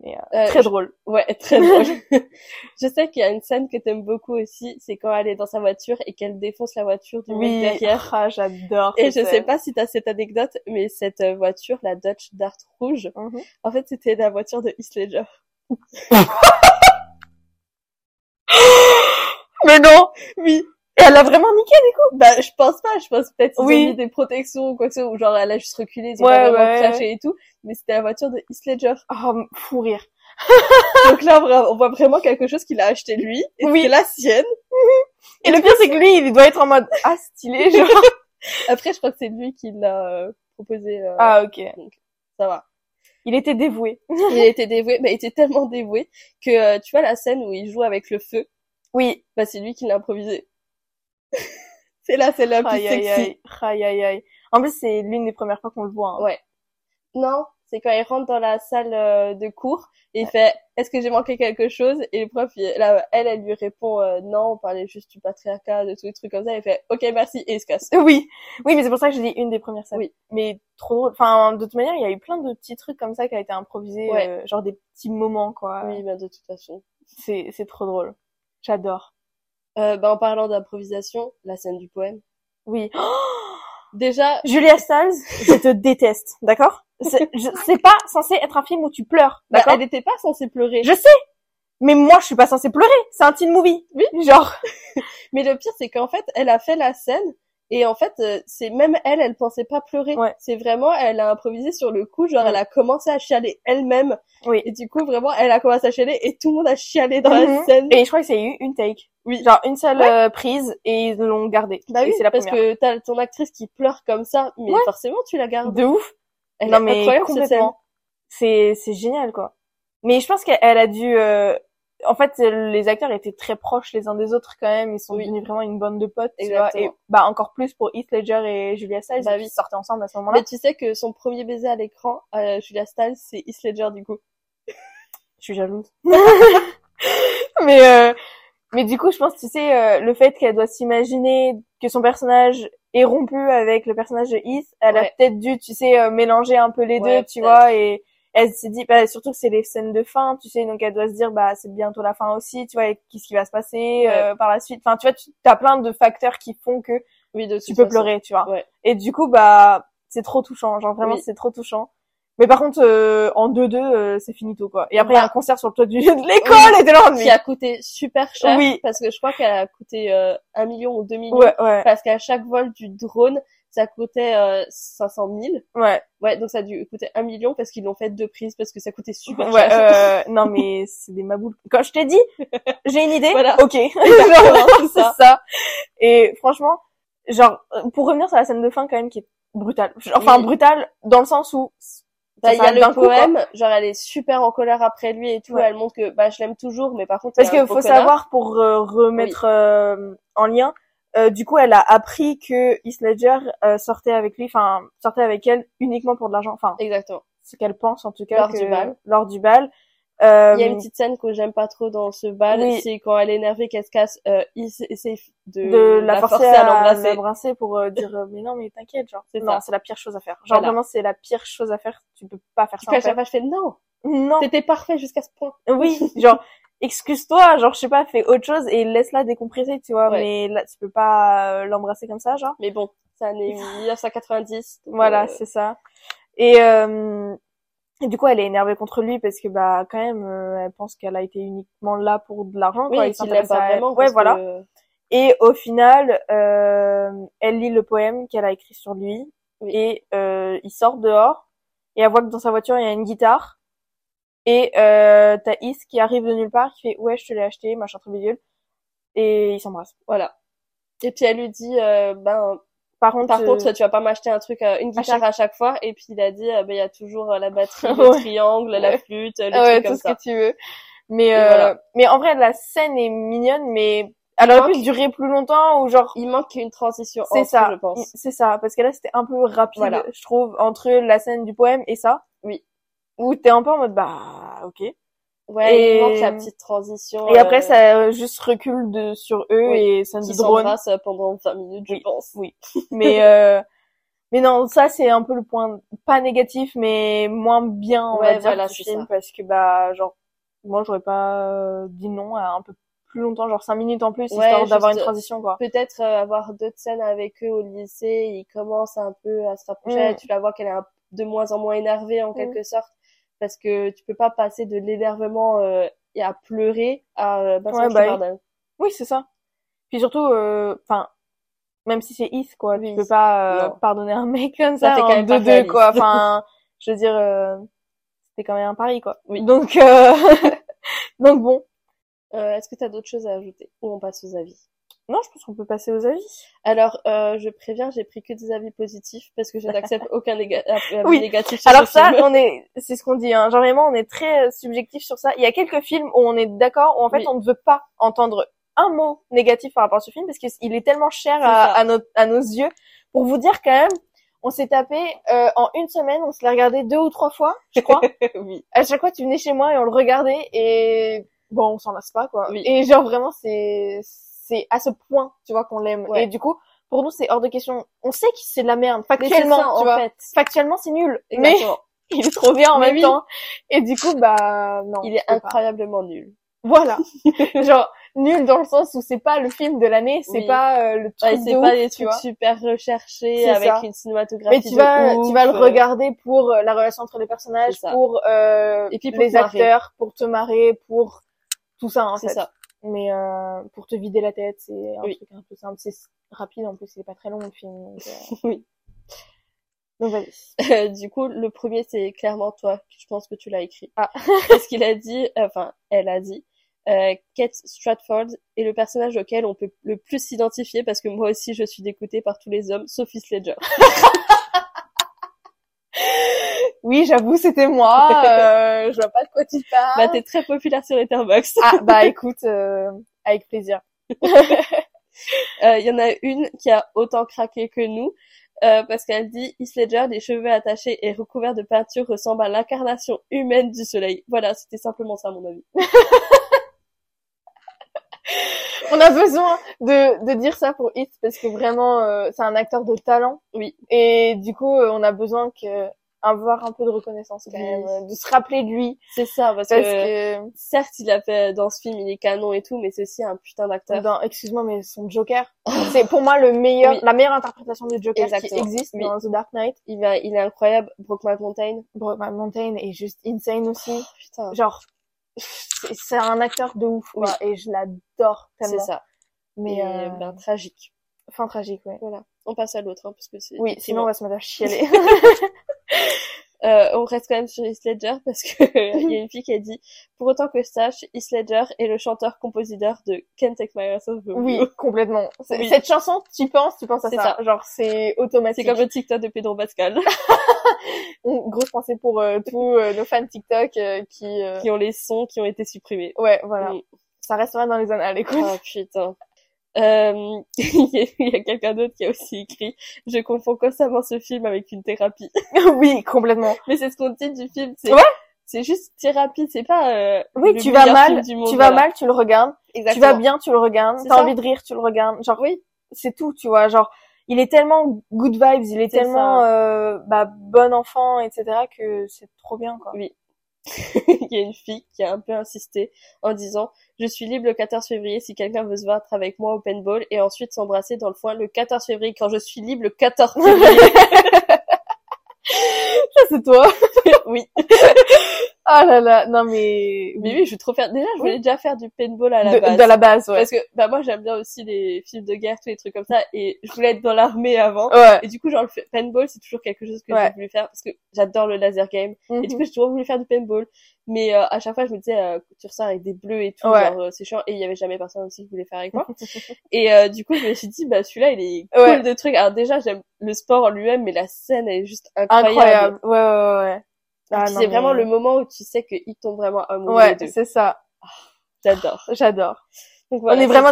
S2: Mais,
S1: Euh,
S2: Très
S1: je-
S2: drôle.
S1: Ouais, très drôle.
S2: *laughs*
S1: *laughs* je sais qu'il y a une scène que t'aimes beaucoup aussi, c'est quand elle est dans sa voiture et qu'elle défonce la voiture du mec derrière.
S2: ah, j'adore.
S1: *laughs* Et je
S2: cette
S1: sais
S2: scène.
S1: pas si t'as cette anecdote, mais cette euh, voiture, la Dodge Dart rouge,
S2: Mhm.
S1: en fait, c'était la voiture de Heath Ledger. *laughs*
S2: Mais non
S1: Oui.
S2: Et elle a vraiment niqué
S1: Bah, je pense pas, je pense peut-être qu'ils
S2: Oui.
S1: ont mis des protections ou quoi que ce soit, ou genre elle a juste reculé, ils ont
S2: Ouais,
S1: pas vraiment
S2: ouais.
S1: craché et tout, mais c'était la voiture de Heath Ledger. *laughs*
S2: Oh, fou rire.
S1: Donc là, vra- on voit vraiment quelque chose qu'il a acheté lui, et
S2: Oui.
S1: c'est la sienne.
S2: Et le pire, c'est que lui, il doit être en mode, ah, *laughs* stylé, genre.
S1: Après, je crois que c'est lui qui l'a euh, proposé, euh,
S2: ah, ok.
S1: ça va.
S2: Il était dévoué.
S1: Il était dévoué, mais il était tellement dévoué que, euh, tu vois, la scène où il joue avec le feu,
S2: Oui.
S1: bah c'est lui qui l'a improvisé. *laughs* c'est la scène la plus
S2: Aïe, aïe,
S1: sexy.
S2: aïe. Aïe, aïe, aïe. En plus, c'est l'une des premières fois qu'on le voit. hein.
S1: Ouais. Non, c'est c'est quand il rentre dans la salle euh, de cours et il fait est-ce que j'ai manqué quelque chose et le prof il- là elle elle lui répond euh, non on parlait juste du patriarcat de tous les trucs comme ça il fait ok merci et il se casse
S2: Euh, Oui, oui, mais c'est pour ça que j'ai dit une des premières scènes.
S1: Oui.
S2: Mais trop drôle. Enfin, de toute manière, il y a eu plein de petits trucs comme ça qui a été improvisé,
S1: Ouais.
S2: euh, genre des petits moments quoi.
S1: oui bah de toute façon
S2: C'est c'est trop drôle. J'adore.
S1: euh, bah en parlant d'improvisation la scène du poème
S2: Oui. Oh,
S1: déjà
S2: Julia Stiles, je te déteste, d'accord C'est je- c'est pas censé être un film où tu pleures,
S1: bah,
S2: d'accord
S1: elle n'était pas censée pleurer
S2: Je sais. Mais moi, je suis pas censée pleurer. C'est un teen movie.
S1: Oui.
S2: Genre.
S1: Mais le pire, c'est qu'en fait, elle a fait la scène et en fait, euh, c'est même elle, elle pensait pas pleurer.
S2: Ouais.
S1: C'est vraiment, elle a improvisé sur le coup, genre
S2: Ouais.
S1: elle a commencé à chialer elle-même
S2: Oui.
S1: et du coup, vraiment, elle a commencé à chialer et tout le monde a chialé dans la
S2: Mhm.
S1: scène.
S2: Et je crois que c'est eu une take.
S1: Oui.
S2: Genre une seule euh, prise et ils l'ont gardée.
S1: Bah
S2: Et
S1: oui,
S2: c'est la
S1: parce
S2: première.
S1: que t'as ton actrice qui pleure comme ça, mais
S2: Ouais.
S1: forcément, tu la gardes.
S2: De ouf.
S1: Elle
S2: non
S1: est
S2: mais
S1: incroyable, cette
S2: complètement. C'est c'est génial quoi. Mais je pense qu'elle elle a dû. euh, En fait, les acteurs étaient très proches les uns des autres quand même. Ils sont
S1: Oui.
S2: devenus vraiment une bande de potes. tu vois.
S1: Exactement.
S2: Et bah encore plus pour Heath Ledger et Julia Stiles
S1: Bah
S2: qui
S1: oui.
S2: sortaient ensemble à ce
S1: scène.
S2: moment-là.
S1: Mais tu sais que son premier baiser à l'écran, euh, Julia Stiles, c'est Heath Ledger du coup.
S2: Je suis
S1: *laughs*
S2: jalouse. mais euh, mais du coup, je pense, tu sais, euh, le fait qu'elle doit s'imaginer que son personnage est rompu avec le personnage de Heath, elle a
S1: Ouais.
S2: peut-être dû, tu sais, euh, mélanger un peu les
S1: Ouais,
S2: deux, tu
S1: peut-être.
S2: vois, et elle s'est dit, bah, surtout que c'est les scènes de fin, tu sais, donc elle doit se dire, bah, c'est bientôt la fin aussi, tu vois, et qu'est-ce qui va se passer euh, par la suite. Enfin, tu vois, tu as plein de facteurs qui font que
S1: Oui, de
S2: tu
S1: toute
S2: peux
S1: façon.
S2: pleurer, tu vois.
S1: Ouais.
S2: Et du coup, bah, c'est trop touchant. Genre vraiment,
S1: Oui.
S2: c'est trop touchant. Mais par contre, euh, en 2-2, euh, c'est finito, quoi. Et après, il y a un concert sur le toit du de l'école et de l'ennui.
S1: Qui a coûté super cher
S2: Oui.
S1: parce que je crois qu'elle a coûté euh, un million ou deux millions.
S2: Ouais, ouais,
S1: parce qu'à chaque vol du drone, ça coûtait euh, 500 000.
S2: ouais.
S1: Ouais, donc ça a dû coûter un million parce qu'ils l'ont fait deux prises parce que ça coûtait super
S2: ouais
S1: cher.
S2: euh, non, mais c'est des maboules. Quand je
S1: *laughs*
S2: t'ai dit, j'ai une idée,
S1: Voilà. *laughs*
S2: ok. *laughs*
S1: *laughs* Exactement, c'est
S2: c'est
S1: ça.
S2: ça. Et franchement, genre, euh, pour revenir sur la scène de fin, quand même, qui est brutale. Enfin,
S1: Oui.
S2: brutale dans le sens où...
S1: Bah,
S2: ça
S1: il y a
S2: s'arrête d'un
S1: le
S2: coup, quoi.
S1: poème, genre elle est super en colère après lui et tout,
S2: Ouais.
S1: elle montre que bah je l'aime toujours, mais par contre il y
S2: Parce
S1: a un
S2: que
S1: gros
S2: faut
S1: connard.
S2: savoir pour euh, remettre euh, en lien, euh, du coup, elle a appris que Heath Ledger euh, sortait avec lui, enfin sortait avec elle uniquement pour de l'argent, enfin
S1: Exactement.
S2: ce qu'elle pense en tout cas
S1: Lors
S2: que-
S1: du bal.
S2: lors du bal. Euh,
S1: Il y a une petite scène que j'aime pas trop dans ce bal,
S2: Oui.
S1: c'est quand elle est énervée qu'elle se casse, euh, il s- essaye de,
S2: de la, forcer, à
S1: l'embrasser.
S2: l'embrasser pour euh,
S1: *laughs*
S2: dire euh, mais non mais t'inquiète genre
S1: C'est
S2: non
S1: ça.
S2: c'est la pire chose à faire genre
S1: Voilà.
S2: vraiment c'est la pire chose à faire tu peux pas faire
S1: Du
S2: ça
S1: coup,
S2: en
S1: à
S2: fait.
S1: chaque fois, je fais non,
S2: non
S1: t'étais parfait jusqu'à ce point.
S2: *laughs*
S1: *laughs*
S2: oui genre excuse-toi genre je sais pas fais autre chose et laisse-la décompresser tu vois
S1: Ouais.
S2: mais là tu peux pas euh, l'embrasser comme ça genre
S1: Mais bon, ça
S2: *laughs*
S1: année 1990. donc,
S2: Voilà,
S1: euh,
S2: c'est ça. Et, euh, et du coup, elle est énervée contre lui parce que bah quand même, euh, elle pense qu'elle a été uniquement là pour de l'argent.
S1: oui,
S2: quoi.
S1: et
S2: Il
S1: qu'il l'aime
S2: s'intéresse à
S1: pas
S2: elle.
S1: vraiment.
S2: Ouais,
S1: parce
S2: voilà.
S1: que-
S2: Et au final, euh, elle lit le poème qu'elle a écrit sur lui
S1: Oui.
S2: et euh, il sort dehors et elle voit que dans sa voiture il y a une guitare. Et euh, t'as Is qui arrive de nulle part, qui fait ouais je te l'ai acheté, machin trop bidule, et ils s'embrassent.
S1: Voilà. Et puis elle lui dit, euh, ben,
S2: Par contre,
S1: par
S2: euh,
S1: contre, tu vas pas m'acheter un truc, euh, une
S2: à
S1: guitare à chaque fois. Et puis il a dit, euh, ben, il y a toujours euh, la batterie, le
S2: *laughs* Ouais.
S1: triangle,
S2: Ouais.
S1: la flûte, le
S2: Ah ouais,
S1: truc
S2: tout
S1: comme
S2: ce
S1: ça.
S2: que tu veux. Mais
S1: Et
S2: euh,
S1: voilà. Ah,
S2: mais en vrai la scène est mignonne mais elle aurait pu durer plus longtemps ou genre
S1: Il manque une transition
S2: c'est
S1: entre,
S2: ça
S1: je pense.
S2: c'est ça parce que là c'était un peu rapide
S1: Voilà.
S2: je trouve entre la scène du poème et ça
S1: Oui.
S2: où t'es un peu en mode bah ok et
S1: Ouais,
S2: Et-
S1: il manque la petite transition.
S2: après
S1: euh,
S2: ça euh, juste recule de sur eux
S1: oui,
S2: et ça me
S1: Qui
S2: dit drone
S1: s'embrasse euh, pendant 20 minutes, je
S2: Oui.
S1: pense.
S2: oui
S1: *laughs*
S2: mais euh, mais non ça c'est un peu le point pas négatif mais moins bien on va
S1: Ouais,
S2: dire
S1: voilà,
S2: du
S1: c'est
S2: film
S1: ça.
S2: parce que bah genre moi j'aurais pas euh, dit non à un peu plus longtemps genre cinq minutes en plus
S1: Ouais,
S2: histoire d'avoir une
S1: juste-
S2: transition quoi
S1: peut-être euh, avoir d'autres scènes avec eux au lycée, ils commencent un peu à se rapprocher,
S2: Mm.
S1: tu la vois qu'elle est un- de moins en moins énervée en
S2: Mm.
S1: quelque sorte, parce que tu peux pas passer de l'énervement euh, et à pleurer à euh, parce que
S2: Ouais,
S1: je te
S2: bah oui.
S1: pardonne.
S2: Oui, c'est ça. Puis surtout, euh, enfin, même si c'est Heath, quoi, tu
S1: Oui.
S2: peux pas euh,
S1: Non.
S2: pardonner un mec comme
S1: Ça,
S2: ça,
S1: t'es quand
S2: en
S1: même pas
S2: deux-deux, quoi.
S1: réaliste. *laughs*
S2: Enfin, je veux dire, euh, c'était quand même un pari, quoi.
S1: Oui.
S2: Donc, euh, *laughs* donc bon.
S1: Euh, Est-ce que tu as d'autres choses à ajouter ou on passe aux avis
S2: Non, je pense qu'on peut passer aux avis.
S1: Alors, euh, je préviens, j'ai pris que des avis positifs parce que
S2: *laughs*
S1: je n'accepte aucun néga- euh, avis
S2: Oui.
S1: négatif. sur
S2: Alors
S1: ce
S2: ça,
S1: film.
S2: on est, c'est ce qu'on dit, hein. Genre vraiment, on est très euh, subjectif sur ça. Il y a quelques films où on est d'accord, où en fait,
S1: Oui.
S2: on ne veut pas entendre un mot négatif par rapport à ce film parce qu'il est tellement cher
S1: C'est
S2: à,
S1: ça.
S2: à, nos, à nos yeux. Pour vous dire quand même, On s'est tapé euh, en une semaine, on se l'a regardé deux ou trois fois, je crois.
S1: *laughs* oui.
S2: à chaque fois, tu venais chez moi et on le regardait et bon, on s'en lasse pas quoi.
S1: Oui.
S2: Et genre vraiment, c'est c'est à ce point, tu vois, qu'on l'aime.
S1: Ouais.
S2: Et du coup, pour nous, c'est hors de question. On sait que c'est de la merde.
S1: Mais
S2: Factuellement,
S1: c'est ça,
S2: tu
S1: en
S2: vois.
S1: fait.
S2: Factuellement, c'est nul. Mais
S1: Exactement.
S2: il est trop bien en
S1: Mais
S2: même
S1: oui.
S2: temps. Et du coup, bah non.
S1: Il est
S2: je peux pas.
S1: incroyablement nul.
S2: Voilà.
S1: *laughs*
S2: Genre nul dans le sens où c'est pas le film de l'année, c'est
S1: Oui.
S2: pas euh, le truc
S1: Ouais,
S2: de
S1: c'est pas
S2: ouf,
S1: des
S2: tu
S1: trucs
S2: vois.
S1: super recherchés
S2: C'est
S1: avec
S2: ça.
S1: une cinématographie.
S2: Mais tu
S1: de
S2: vas,
S1: ouf,
S2: tu vas le
S1: euh,
S2: regarder pour euh, la relation entre les personnages,
S1: C'est ça.
S2: pour, euh,
S1: Et puis pour
S2: les
S1: te marrer.
S2: acteurs, pour te marrer, pour tout ça en
S1: C'est
S2: fait.
S1: ça.
S2: Mais euh, pour te vider la tête, c'est un
S1: Oui.
S2: truc un peu simple, c'est rapide en plus, c'est pas très long le film. Donc, euh,
S1: *laughs* Oui.
S2: donc vas-y.
S1: *laughs* Euh, du coup, le premier, c'est clairement toi. Je pense que tu l'as écrit.
S2: Ah.
S1: *laughs* Parce qu'il a dit, enfin, elle a dit, euh, Kate Stratford est le personnage auquel on peut le plus s'identifier parce que moi aussi, je suis dégoûtée par tous les hommes, sauf Heath Ledger.
S2: Oui, j'avoue, c'était
S1: *laughs*
S2: moi. euh, je vois pas de quoi tu parles.
S1: Bah, t'es très populaire sur Letterboxd.
S2: ah bah écoute, euh, avec plaisir.
S1: Euh, Il y en a une qui a autant craqué que nous. euh, parce qu'elle dit, Heath Ledger, les cheveux attachés et recouverts de peinture, ressemble à l'incarnation humaine du soleil. Voilà, c'était simplement ça, à mon avis.
S2: On a besoin de, de dire ça pour Heath parce que vraiment euh, c'est un acteur de talent.
S1: Oui.
S2: Et du coup, euh, on a besoin que avoir un peu de reconnaissance quand
S1: Oui.
S2: même, euh, de se rappeler de lui Euh,
S1: C'est ça, parce,
S2: parce
S1: que...
S2: que,
S1: certes, il a fait dans ce film, il est canon et tout, mais c'est aussi un putain d'acteur.
S2: dans excuse-moi mais son Joker, c'est pour moi le meilleur
S1: Oui.
S2: la meilleure interprétation du Joker
S1: Exactement.
S2: qui existe
S1: Oui.
S2: dans The Dark Knight.
S1: Il, va- il est incroyable. Brooke McMontaine.
S2: Brokeback Mountain est juste insane aussi.
S1: Oh, putain.
S2: Genre c'est c'est un acteur de ouf quoi et je l'adore
S1: C'est
S2: tellement.
S1: ça.
S2: Mais
S1: Mais
S2: euh,
S1: ben, tragique.
S2: fin tragique ouais.
S1: Voilà. On passe à l'autre, hein, parce que c'est.
S2: Oui,
S1: c'est
S2: sinon on
S1: bon.
S2: va se mettre à
S1: *laughs*
S2: chialer.
S1: Euh, on reste quand même sur Heath Ledger *laughs*
S2: *laughs*
S1: parce que il y a une fille qui a dit, pour autant que je sache, Heath Ledger est le chanteur-compositeur de Can't Take My Eyes Off the
S2: Oui,
S1: Blue.
S2: complètement. C'est-
S1: Oui.
S2: Cette chanson, tu penses, tu penses à
S1: C'est
S2: ça. Genre, c'est automatique.
S1: *laughs* C'est comme le TikTok de Pedro Pascal
S2: On- Grosse pensée pour
S1: *laughs*
S2: euh, tous euh, nos fans TikTok euh, qui... euh,
S1: qui ont les sons qui ont été supprimés.
S2: Ouais, voilà.
S1: Oui.
S2: Ça restera dans les annales, écoute.
S1: Oh putain. Euh, *laughs* il y a, il y a quelqu'un d'autre qui a aussi écrit Je confonds constamment ce film avec une thérapie. *laughs*
S2: *laughs* oui, complètement.
S1: Mais c'est ce qu'on dit du film, c'est
S2: Ouais.
S1: c'est juste thérapie, c'est pas euh,
S2: Oui,
S1: le
S2: tu vas
S1: meilleur
S2: mal,
S1: film du monde,
S2: tu vas
S1: voilà.
S2: mal, tu le regardes.
S1: Exactement.
S2: Tu vas bien, tu le regardes.
S1: C'est
S2: T'as
S1: ça.
S2: envie de rire, tu le regardes. Genre, oui, c'est tout, tu vois. Genre, il est tellement good vibes, il est,
S1: C'est
S2: tellement euh, bah, bon enfant, etc. que c'est trop bien,
S1: *laughs*
S2: quoi.
S1: Il y a une fille qui a un peu insisté en disant je suis libre le 14 février si quelqu'un veut se battre avec moi au paintball et ensuite s'embrasser dans le foin le 14 février quand je suis libre le 14 février.
S2: *laughs*
S1: *laughs*
S2: Ça, c'est toi.
S1: oui.
S2: Ah là là, non mais...
S1: Mais oui, je veux trop faire. Déjà, je voulais déjà faire du paintball à la
S2: de,
S1: base.
S2: de la base, ouais.
S1: Parce que bah moi j'aime bien aussi les films de guerre, tous les trucs comme ça, et je voulais être dans l'armée avant.
S2: Ouais.
S1: Et du coup genre le f- paintball c'est toujours quelque chose que
S2: Ouais.
S1: j'ai voulu faire parce que j'adore le laser game. *laughs* Et du
S2: Mhm.
S1: coup, j'ai toujours voulu faire du paintball. Mais euh, à chaque fois, je me disais, euh, tu ressors avec des bleus et tout,
S2: Ouais.
S1: genre, euh, c'est chiant. Et il y avait jamais personne aussi qui voulait
S2: *laughs*
S1: faire avec moi. et euh, du coup, je me suis dit, bah, celui-là, il est cool
S2: Ouais.
S1: de trucs. Alors déjà, j'aime le sport en lui-même, mais la scène, elle est juste incroyable.
S2: Incroyable. Ouais, ouais, ouais.
S1: Et puis,
S2: non,
S1: c'est
S2: mais- euh,
S1: vraiment le moment où tu sais qu'ils tombent vraiment amoureux
S2: Ouais,
S1: les deux.
S2: c'est ça.
S1: J'adore. *laughs*
S2: J'adore.
S1: Donc, voilà,
S2: on est
S1: ça,
S2: vraiment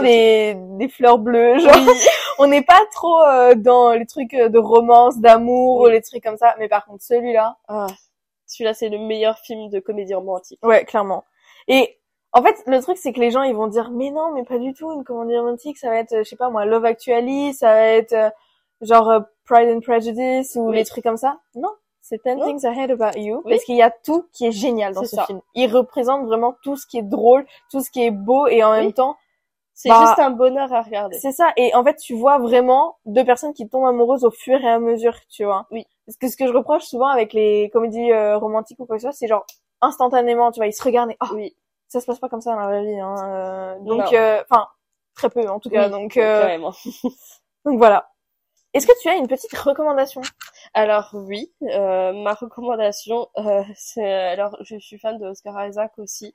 S2: des,
S1: c'est-
S2: des fleurs bleues, genre. On n'est pas trop euh, dans les trucs euh, de romance, d'amour,
S1: Oui.
S2: les trucs comme ça. Mais par contre, celui-là,
S1: Ah, *laughs* celui-là, c'est le meilleur film de comédie romantique.
S2: ouais, clairement. Et en fait, le truc, c'est que les gens, ils vont dire, mais non, mais pas du tout, une comédie romantique, ça va être, euh, je sais pas moi, Love Actually, ça va être euh, genre euh, Pride and Prejudice ou
S1: Oui.
S2: les trucs comme ça. Non. C'est Ten
S1: Non.
S2: Things I Hate About You.
S1: Oui.
S2: Parce qu'il y a tout qui est génial dans
S1: C'est
S2: ce
S1: ça.
S2: film. Il représente vraiment tout ce qui est drôle, tout ce qui est beau et en
S1: Oui.
S2: même temps,
S1: C'est
S2: Bah,
S1: juste un bonheur à regarder.
S2: C'est ça. Et en fait, tu vois vraiment deux personnes qui tombent amoureuses au fur et à mesure, tu vois.
S1: Oui.
S2: Parce que ce que je reproche souvent avec les comédies euh, romantiques ou quoi que ce soit, c'est genre instantanément, tu vois, ils se regardent et oh,
S1: Oui,
S2: ça se passe pas comme ça dans la vraie vie. Hein. euh,
S1: Non.
S2: donc, euh, enfin, très peu en tout cas.
S1: Oui,
S2: Donc, euh,
S1: carrément.
S2: donc voilà. Est-ce que tu as une petite recommandation
S1: Alors oui, euh, ma recommandation, euh, *laughs* c'est alors je suis fan de Oscar Isaac
S2: *laughs*
S1: aussi.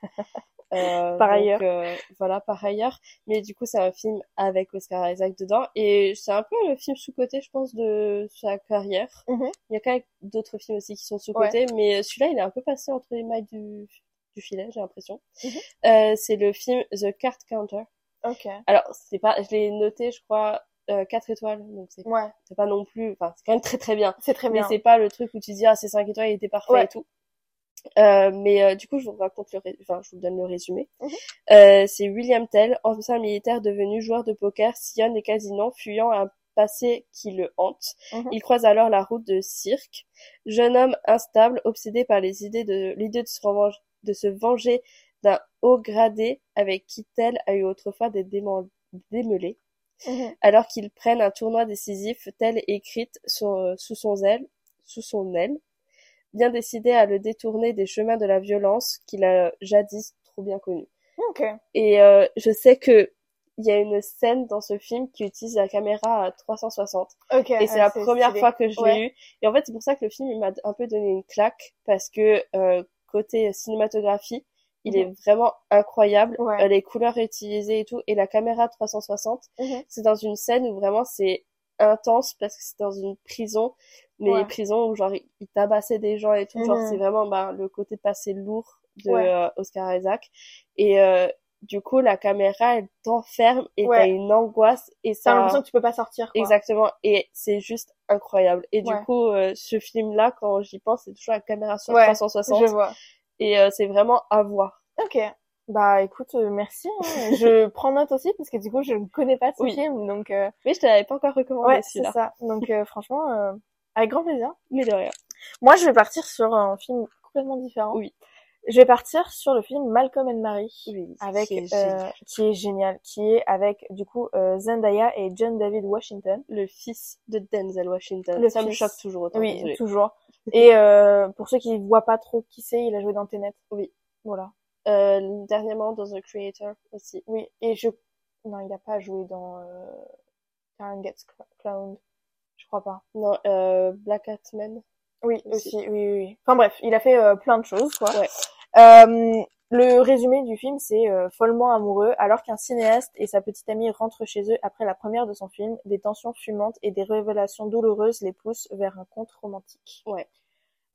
S1: Euh,
S2: Par
S1: donc,
S2: ailleurs.
S1: euh, voilà par ailleurs. Mais du coup c'est un film avec Oscar Isaac dedans et c'est un peu le film sous-coté je pense de sa carrière.
S2: Mhm.
S1: Il y a quand même d'autres films aussi qui sont sous-cotés, mais celui-là il est un peu passé entre les mailles du, du filet j'ai l'impression.
S2: Mhm.
S1: Euh, c'est le film The Card Counter.
S2: Ok.
S1: Alors c'est pas, je l'ai noté je crois euh, 4 étoiles, donc c'est
S2: Ouais,
S1: c'est pas non plus, enfin c'est quand même très très bien.
S2: c'est très
S1: Mais
S2: bien.
S1: c'est pas le truc où tu dis ah c'est 5 étoiles, il était parfait
S2: Ouais.
S1: et tout. Euh, mais euh, du coup, je vous raconte le, ré- enfin, je vous donne le résumé.
S2: Mhm.
S1: Euh, c'est William Tell, ancien militaire devenu joueur de poker, sillonne les casinos, fuyant un passé qui le hante.
S2: Mhm.
S1: Il croise alors la route de Cirque, jeune homme instable, obsédé par les idées de l'idée de se revanche- de se venger d'un haut gradé avec qui Tell a eu autrefois des démon- démêlés.
S2: Mhm.
S1: Alors qu'ils prennent un tournoi décisif, telle écrite son- sous son aile, sous son aile, bien décidé à le détourner des chemins de la violence qu'il a euh, jadis trop bien connu.
S2: Ok.
S1: Et euh, je sais que il y a une scène dans ce film qui utilise la caméra à 360
S2: Ok.
S1: et c'est la première fois que je l'ai eu. Et en fait, c'est pour ça que le film il m'a un peu donné une claque parce que euh, côté cinématographie, il
S2: Mhm.
S1: est vraiment incroyable.
S2: Ouais.
S1: Euh, les couleurs utilisées et tout, et la caméra 360,
S2: Mhm.
S1: c'est dans une scène où vraiment c'est intense parce que c'est dans une prison, mais
S2: Ouais.
S1: prison où genre il tabassait des gens et tout. Genre
S2: Mhm.
S1: c'est vraiment bah, le côté passé lourd de
S2: Ouais.
S1: euh, Oscar Isaac. Et euh, du coup, la caméra, elle t'enferme et
S2: Ouais.
S1: t'as une angoisse et ça...
S2: T'as l'impression que tu peux pas sortir. Quoi.
S1: Exactement. Et c'est juste incroyable. Et
S2: Ouais.
S1: du coup, euh, ce film-là, quand j'y pense, c'est toujours la caméra sur
S2: Ouais,
S1: 360.
S2: Je vois.
S1: Et euh, c'est vraiment à voir.
S2: Ok. Bah écoute, euh, merci. *laughs* hein. je prends note aussi parce que du coup je ne connais pas ce
S1: Oui.
S2: film, donc euh,
S1: Mais je te l'avais pas encore recommandé
S2: ouais, c'est
S1: celui-là.
S2: ça. Donc *laughs* euh, franchement, euh, avec grand plaisir.
S1: Mais de rien.
S2: Moi, je vais partir sur un film complètement différent.
S1: Oui.
S2: Je vais partir sur le film Malcolm and Marie,
S1: Oui,
S2: avec
S1: c'est
S2: euh,
S1: génial.
S2: qui est génial, qui est avec du coup euh, Zendaya et John David Washington.
S1: le fils de Denzel Washington.
S2: Le
S1: ça me
S2: fils.
S1: choque toujours autant.
S2: Oui,
S1: désolée. *laughs*
S2: toujours. Et euh, pour ceux qui voient pas trop qui c'est, il a joué dans Tenet.
S1: Oui.
S2: Voilà.
S1: Euh, dernièrement, dans The Creator aussi.
S2: Oui. Et je, non, il a pas joué dans euh, Karen Gets Cl- Clowned. Je crois pas.
S1: Non, euh, Black Hat Men.
S2: Oui,
S1: Aussi.
S2: aussi, oui, oui, oui. Enfin bref, il a fait euh, plein de choses, quoi.
S1: Ouais.
S2: Euh, le résumé du film, c'est euh, follement amoureux, alors qu'un cinéaste et sa petite amie rentrent chez eux après la première de son film, des tensions fumantes et des révélations douloureuses les poussent vers un conte romantique.
S1: Ouais.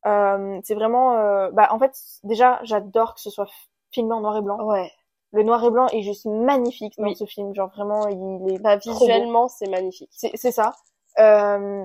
S2: Euh, c'est vraiment... euh, bah, en fait, déjà, j'adore que ce soit filmé en noir et blanc.
S1: Ouais.
S2: Le noir et blanc est juste magnifique dans
S1: Oui.
S2: ce film. Genre, vraiment, il est
S1: Bah,
S2: trop beau.
S1: visuellement, c'est magnifique.
S2: C'est c'est ça. Euh,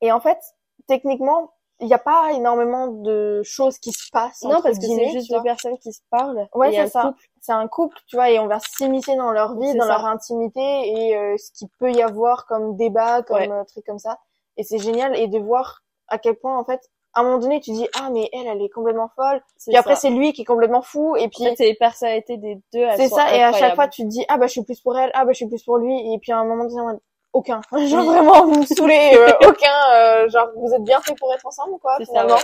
S2: et en fait, techniquement, il n'y a pas énormément de choses qui se passent.
S1: Non,
S2: entre
S1: parce que c'est
S2: guillemets,
S1: juste
S2: tu vois.
S1: deux personnes qui se parlent.
S2: Ouais,
S1: et un
S2: c'est ça.
S1: couple.
S2: C'est un couple, tu vois, et on va s'immiscer dans leur vie,
S1: C'est
S2: dans
S1: ça.
S2: leur intimité et euh, ce qu'il peut y avoir comme débat, comme
S1: Ouais.
S2: euh, truc comme ça. Et c'est génial et de voir à quel point, en fait, à un moment donné, tu dis ah mais elle, elle est complètement folle.
S1: C'est
S2: Puis après,
S1: ça.
S2: c'est lui qui est complètement fou. Et puis
S1: En fait, c'est les personnalités des deux. elles
S2: c'est
S1: sont
S2: ça, et à chaque
S1: incroyables.
S2: fois tu te dis ah bah je suis plus pour elle, ah bah je suis plus pour lui, et puis à un moment donné, en mode, aucun, *laughs* genre vraiment vous me saoulez,
S1: *laughs*
S2: euh, aucun, euh, genre vous êtes bien fait pour être ensemble quoi
S1: C'est ça,
S2: finalement.
S1: ouais.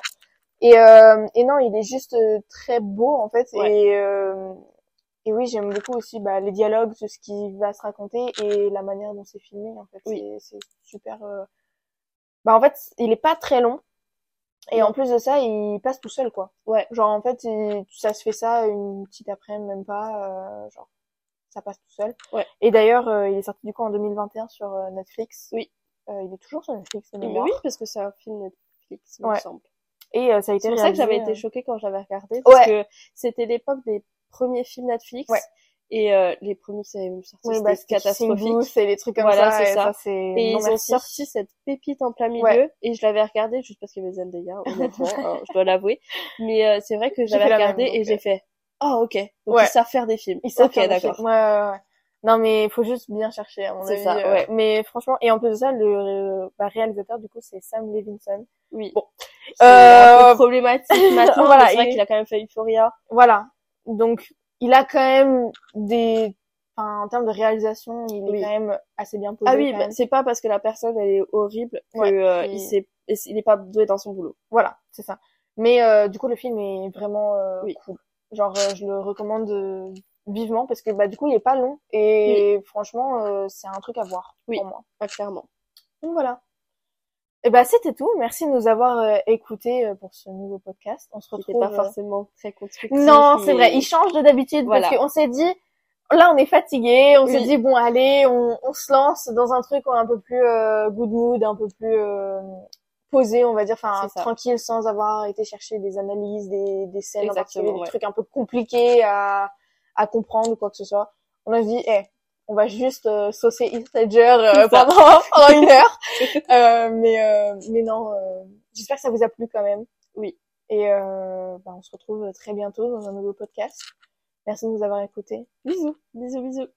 S2: Et euh, et non, il est juste euh, très beau en fait,
S1: Ouais.
S2: et euh, et oui j'aime beaucoup aussi bah, les dialogues, tout ce qui va se raconter et la manière dont c'est filmé en fait,
S1: Oui.
S2: c'est c'est super. euh, Bah en fait il est pas très long. Et
S1: Non.
S2: en plus de ça, il passe tout seul, quoi.
S1: Ouais.
S2: Genre, en fait, il- ça se fait ça une petite après-midi, même pas. euh, genre, ça passe tout seul.
S1: Ouais.
S2: Et d'ailleurs, euh, il est sorti du coup en 2021 sur euh, Netflix.
S1: Oui.
S2: Euh, il est toujours sur Netflix, de
S1: Mais
S2: mémoire.
S1: oui, parce que c'est un film Netflix, il me
S2: Ouais.
S1: semble.
S2: Et euh, ça a été
S1: C'est pour ça que
S2: réalisé,
S1: j'avais
S2: euh,
S1: été choquée quand j'avais regardé. Parce que c'était l'époque des premiers films Netflix.
S2: Ouais.
S1: Et euh, les premiers qui avaient sorti,
S2: Oui,
S1: c'était
S2: bah, c'est
S1: catastrophique.
S2: C'est les trucs comme
S1: Voilà,
S2: ça.
S1: c'est
S2: et
S1: ça.
S2: c'est...
S1: Et
S2: non,
S1: ils ont
S2: merci.
S1: sorti cette pépite en plein milieu
S2: Ouais.
S1: et je l'avais regardée juste parce qu'il y avait
S2: *laughs*
S1: Zendaya, honnêtement, hein, je dois l'avouer. Mais euh, c'est vrai que
S2: J'ai
S1: j'avais
S2: fait la
S1: regardé
S2: même,
S1: et
S2: donc,
S1: j'ai
S2: euh,
S1: fait oh ok, donc
S2: Ouais.
S1: ils savent faire des films.
S2: Ils savent
S1: ok
S2: faire des
S1: d'accord.
S2: films. Ouais, ouais, ouais. Non, mais il faut juste bien chercher, à mon
S1: C'est
S2: avis.
S1: ça,
S2: euh,
S1: ouais.
S2: Mais franchement, et en plus de ça, le euh, bah, réalisateur, du coup, c'est Sam Levinson.
S1: Oui.
S2: Bon.
S1: C'est un peu
S2: Euh, *laughs*
S1: problématique maintenant.
S2: voilà,
S1: mais c'est vrai
S2: il-
S1: qu'il a quand même fait Euphoria.
S2: Voilà. Donc, il a quand même des... Enfin, en termes de réalisation, il est
S1: Oui.
S2: quand même assez bien posé.
S1: Ah oui,
S2: quand
S1: bah,
S2: même.
S1: c'est pas parce que la personne elle est horrible que
S2: Ouais,
S1: euh,
S2: c'est-
S1: il s'est- il n'est pas doué dans son boulot.
S2: Voilà, c'est ça. Mais euh, du coup, le film est vraiment euh,
S1: Oui.
S2: cool. Genre, euh, je le recommande euh, vivement parce que bah, du coup, il est pas long et franchement, euh, c'est un truc à voir
S1: Oui.
S2: pour moi.
S1: Ah, clairement.
S2: Donc voilà. Et bah, c'était tout. Merci de nous avoir euh, écoutés euh, pour ce nouveau podcast. On se
S1: C'était
S2: retrouve.
S1: pas
S2: euh,
S1: forcément très constructif.
S2: Non, c'est
S1: mais- *laughs*
S2: vrai. Il change de d'habitude
S1: Voilà.
S2: parce qu'on s'est dit, là, on est fatigué. On s'est
S1: Oui.
S2: dit, bon, allez, on, on se lance dans un truc un peu plus euh, good mood, un peu plus euh, posé, on va dire, enfin
S1: C'est ça.
S2: tranquille, sans avoir été chercher des analyses, des, des scènes, en
S1: Exactement,
S2: particulier, des
S1: ouais.
S2: trucs un peu compliqués à, à comprendre ou quoi que ce soit. On a dit, eh, on va juste euh, saucer Heath Ledger euh, pendant, *laughs* pendant une heure. Euh, mais, euh, mais non, euh, j'espère que ça vous a plu quand même.
S1: Oui.
S2: Et euh, bah, on se retrouve très bientôt dans un nouveau podcast. Merci de nous avoir écoutés. Bisous.
S1: Bisous, bisous.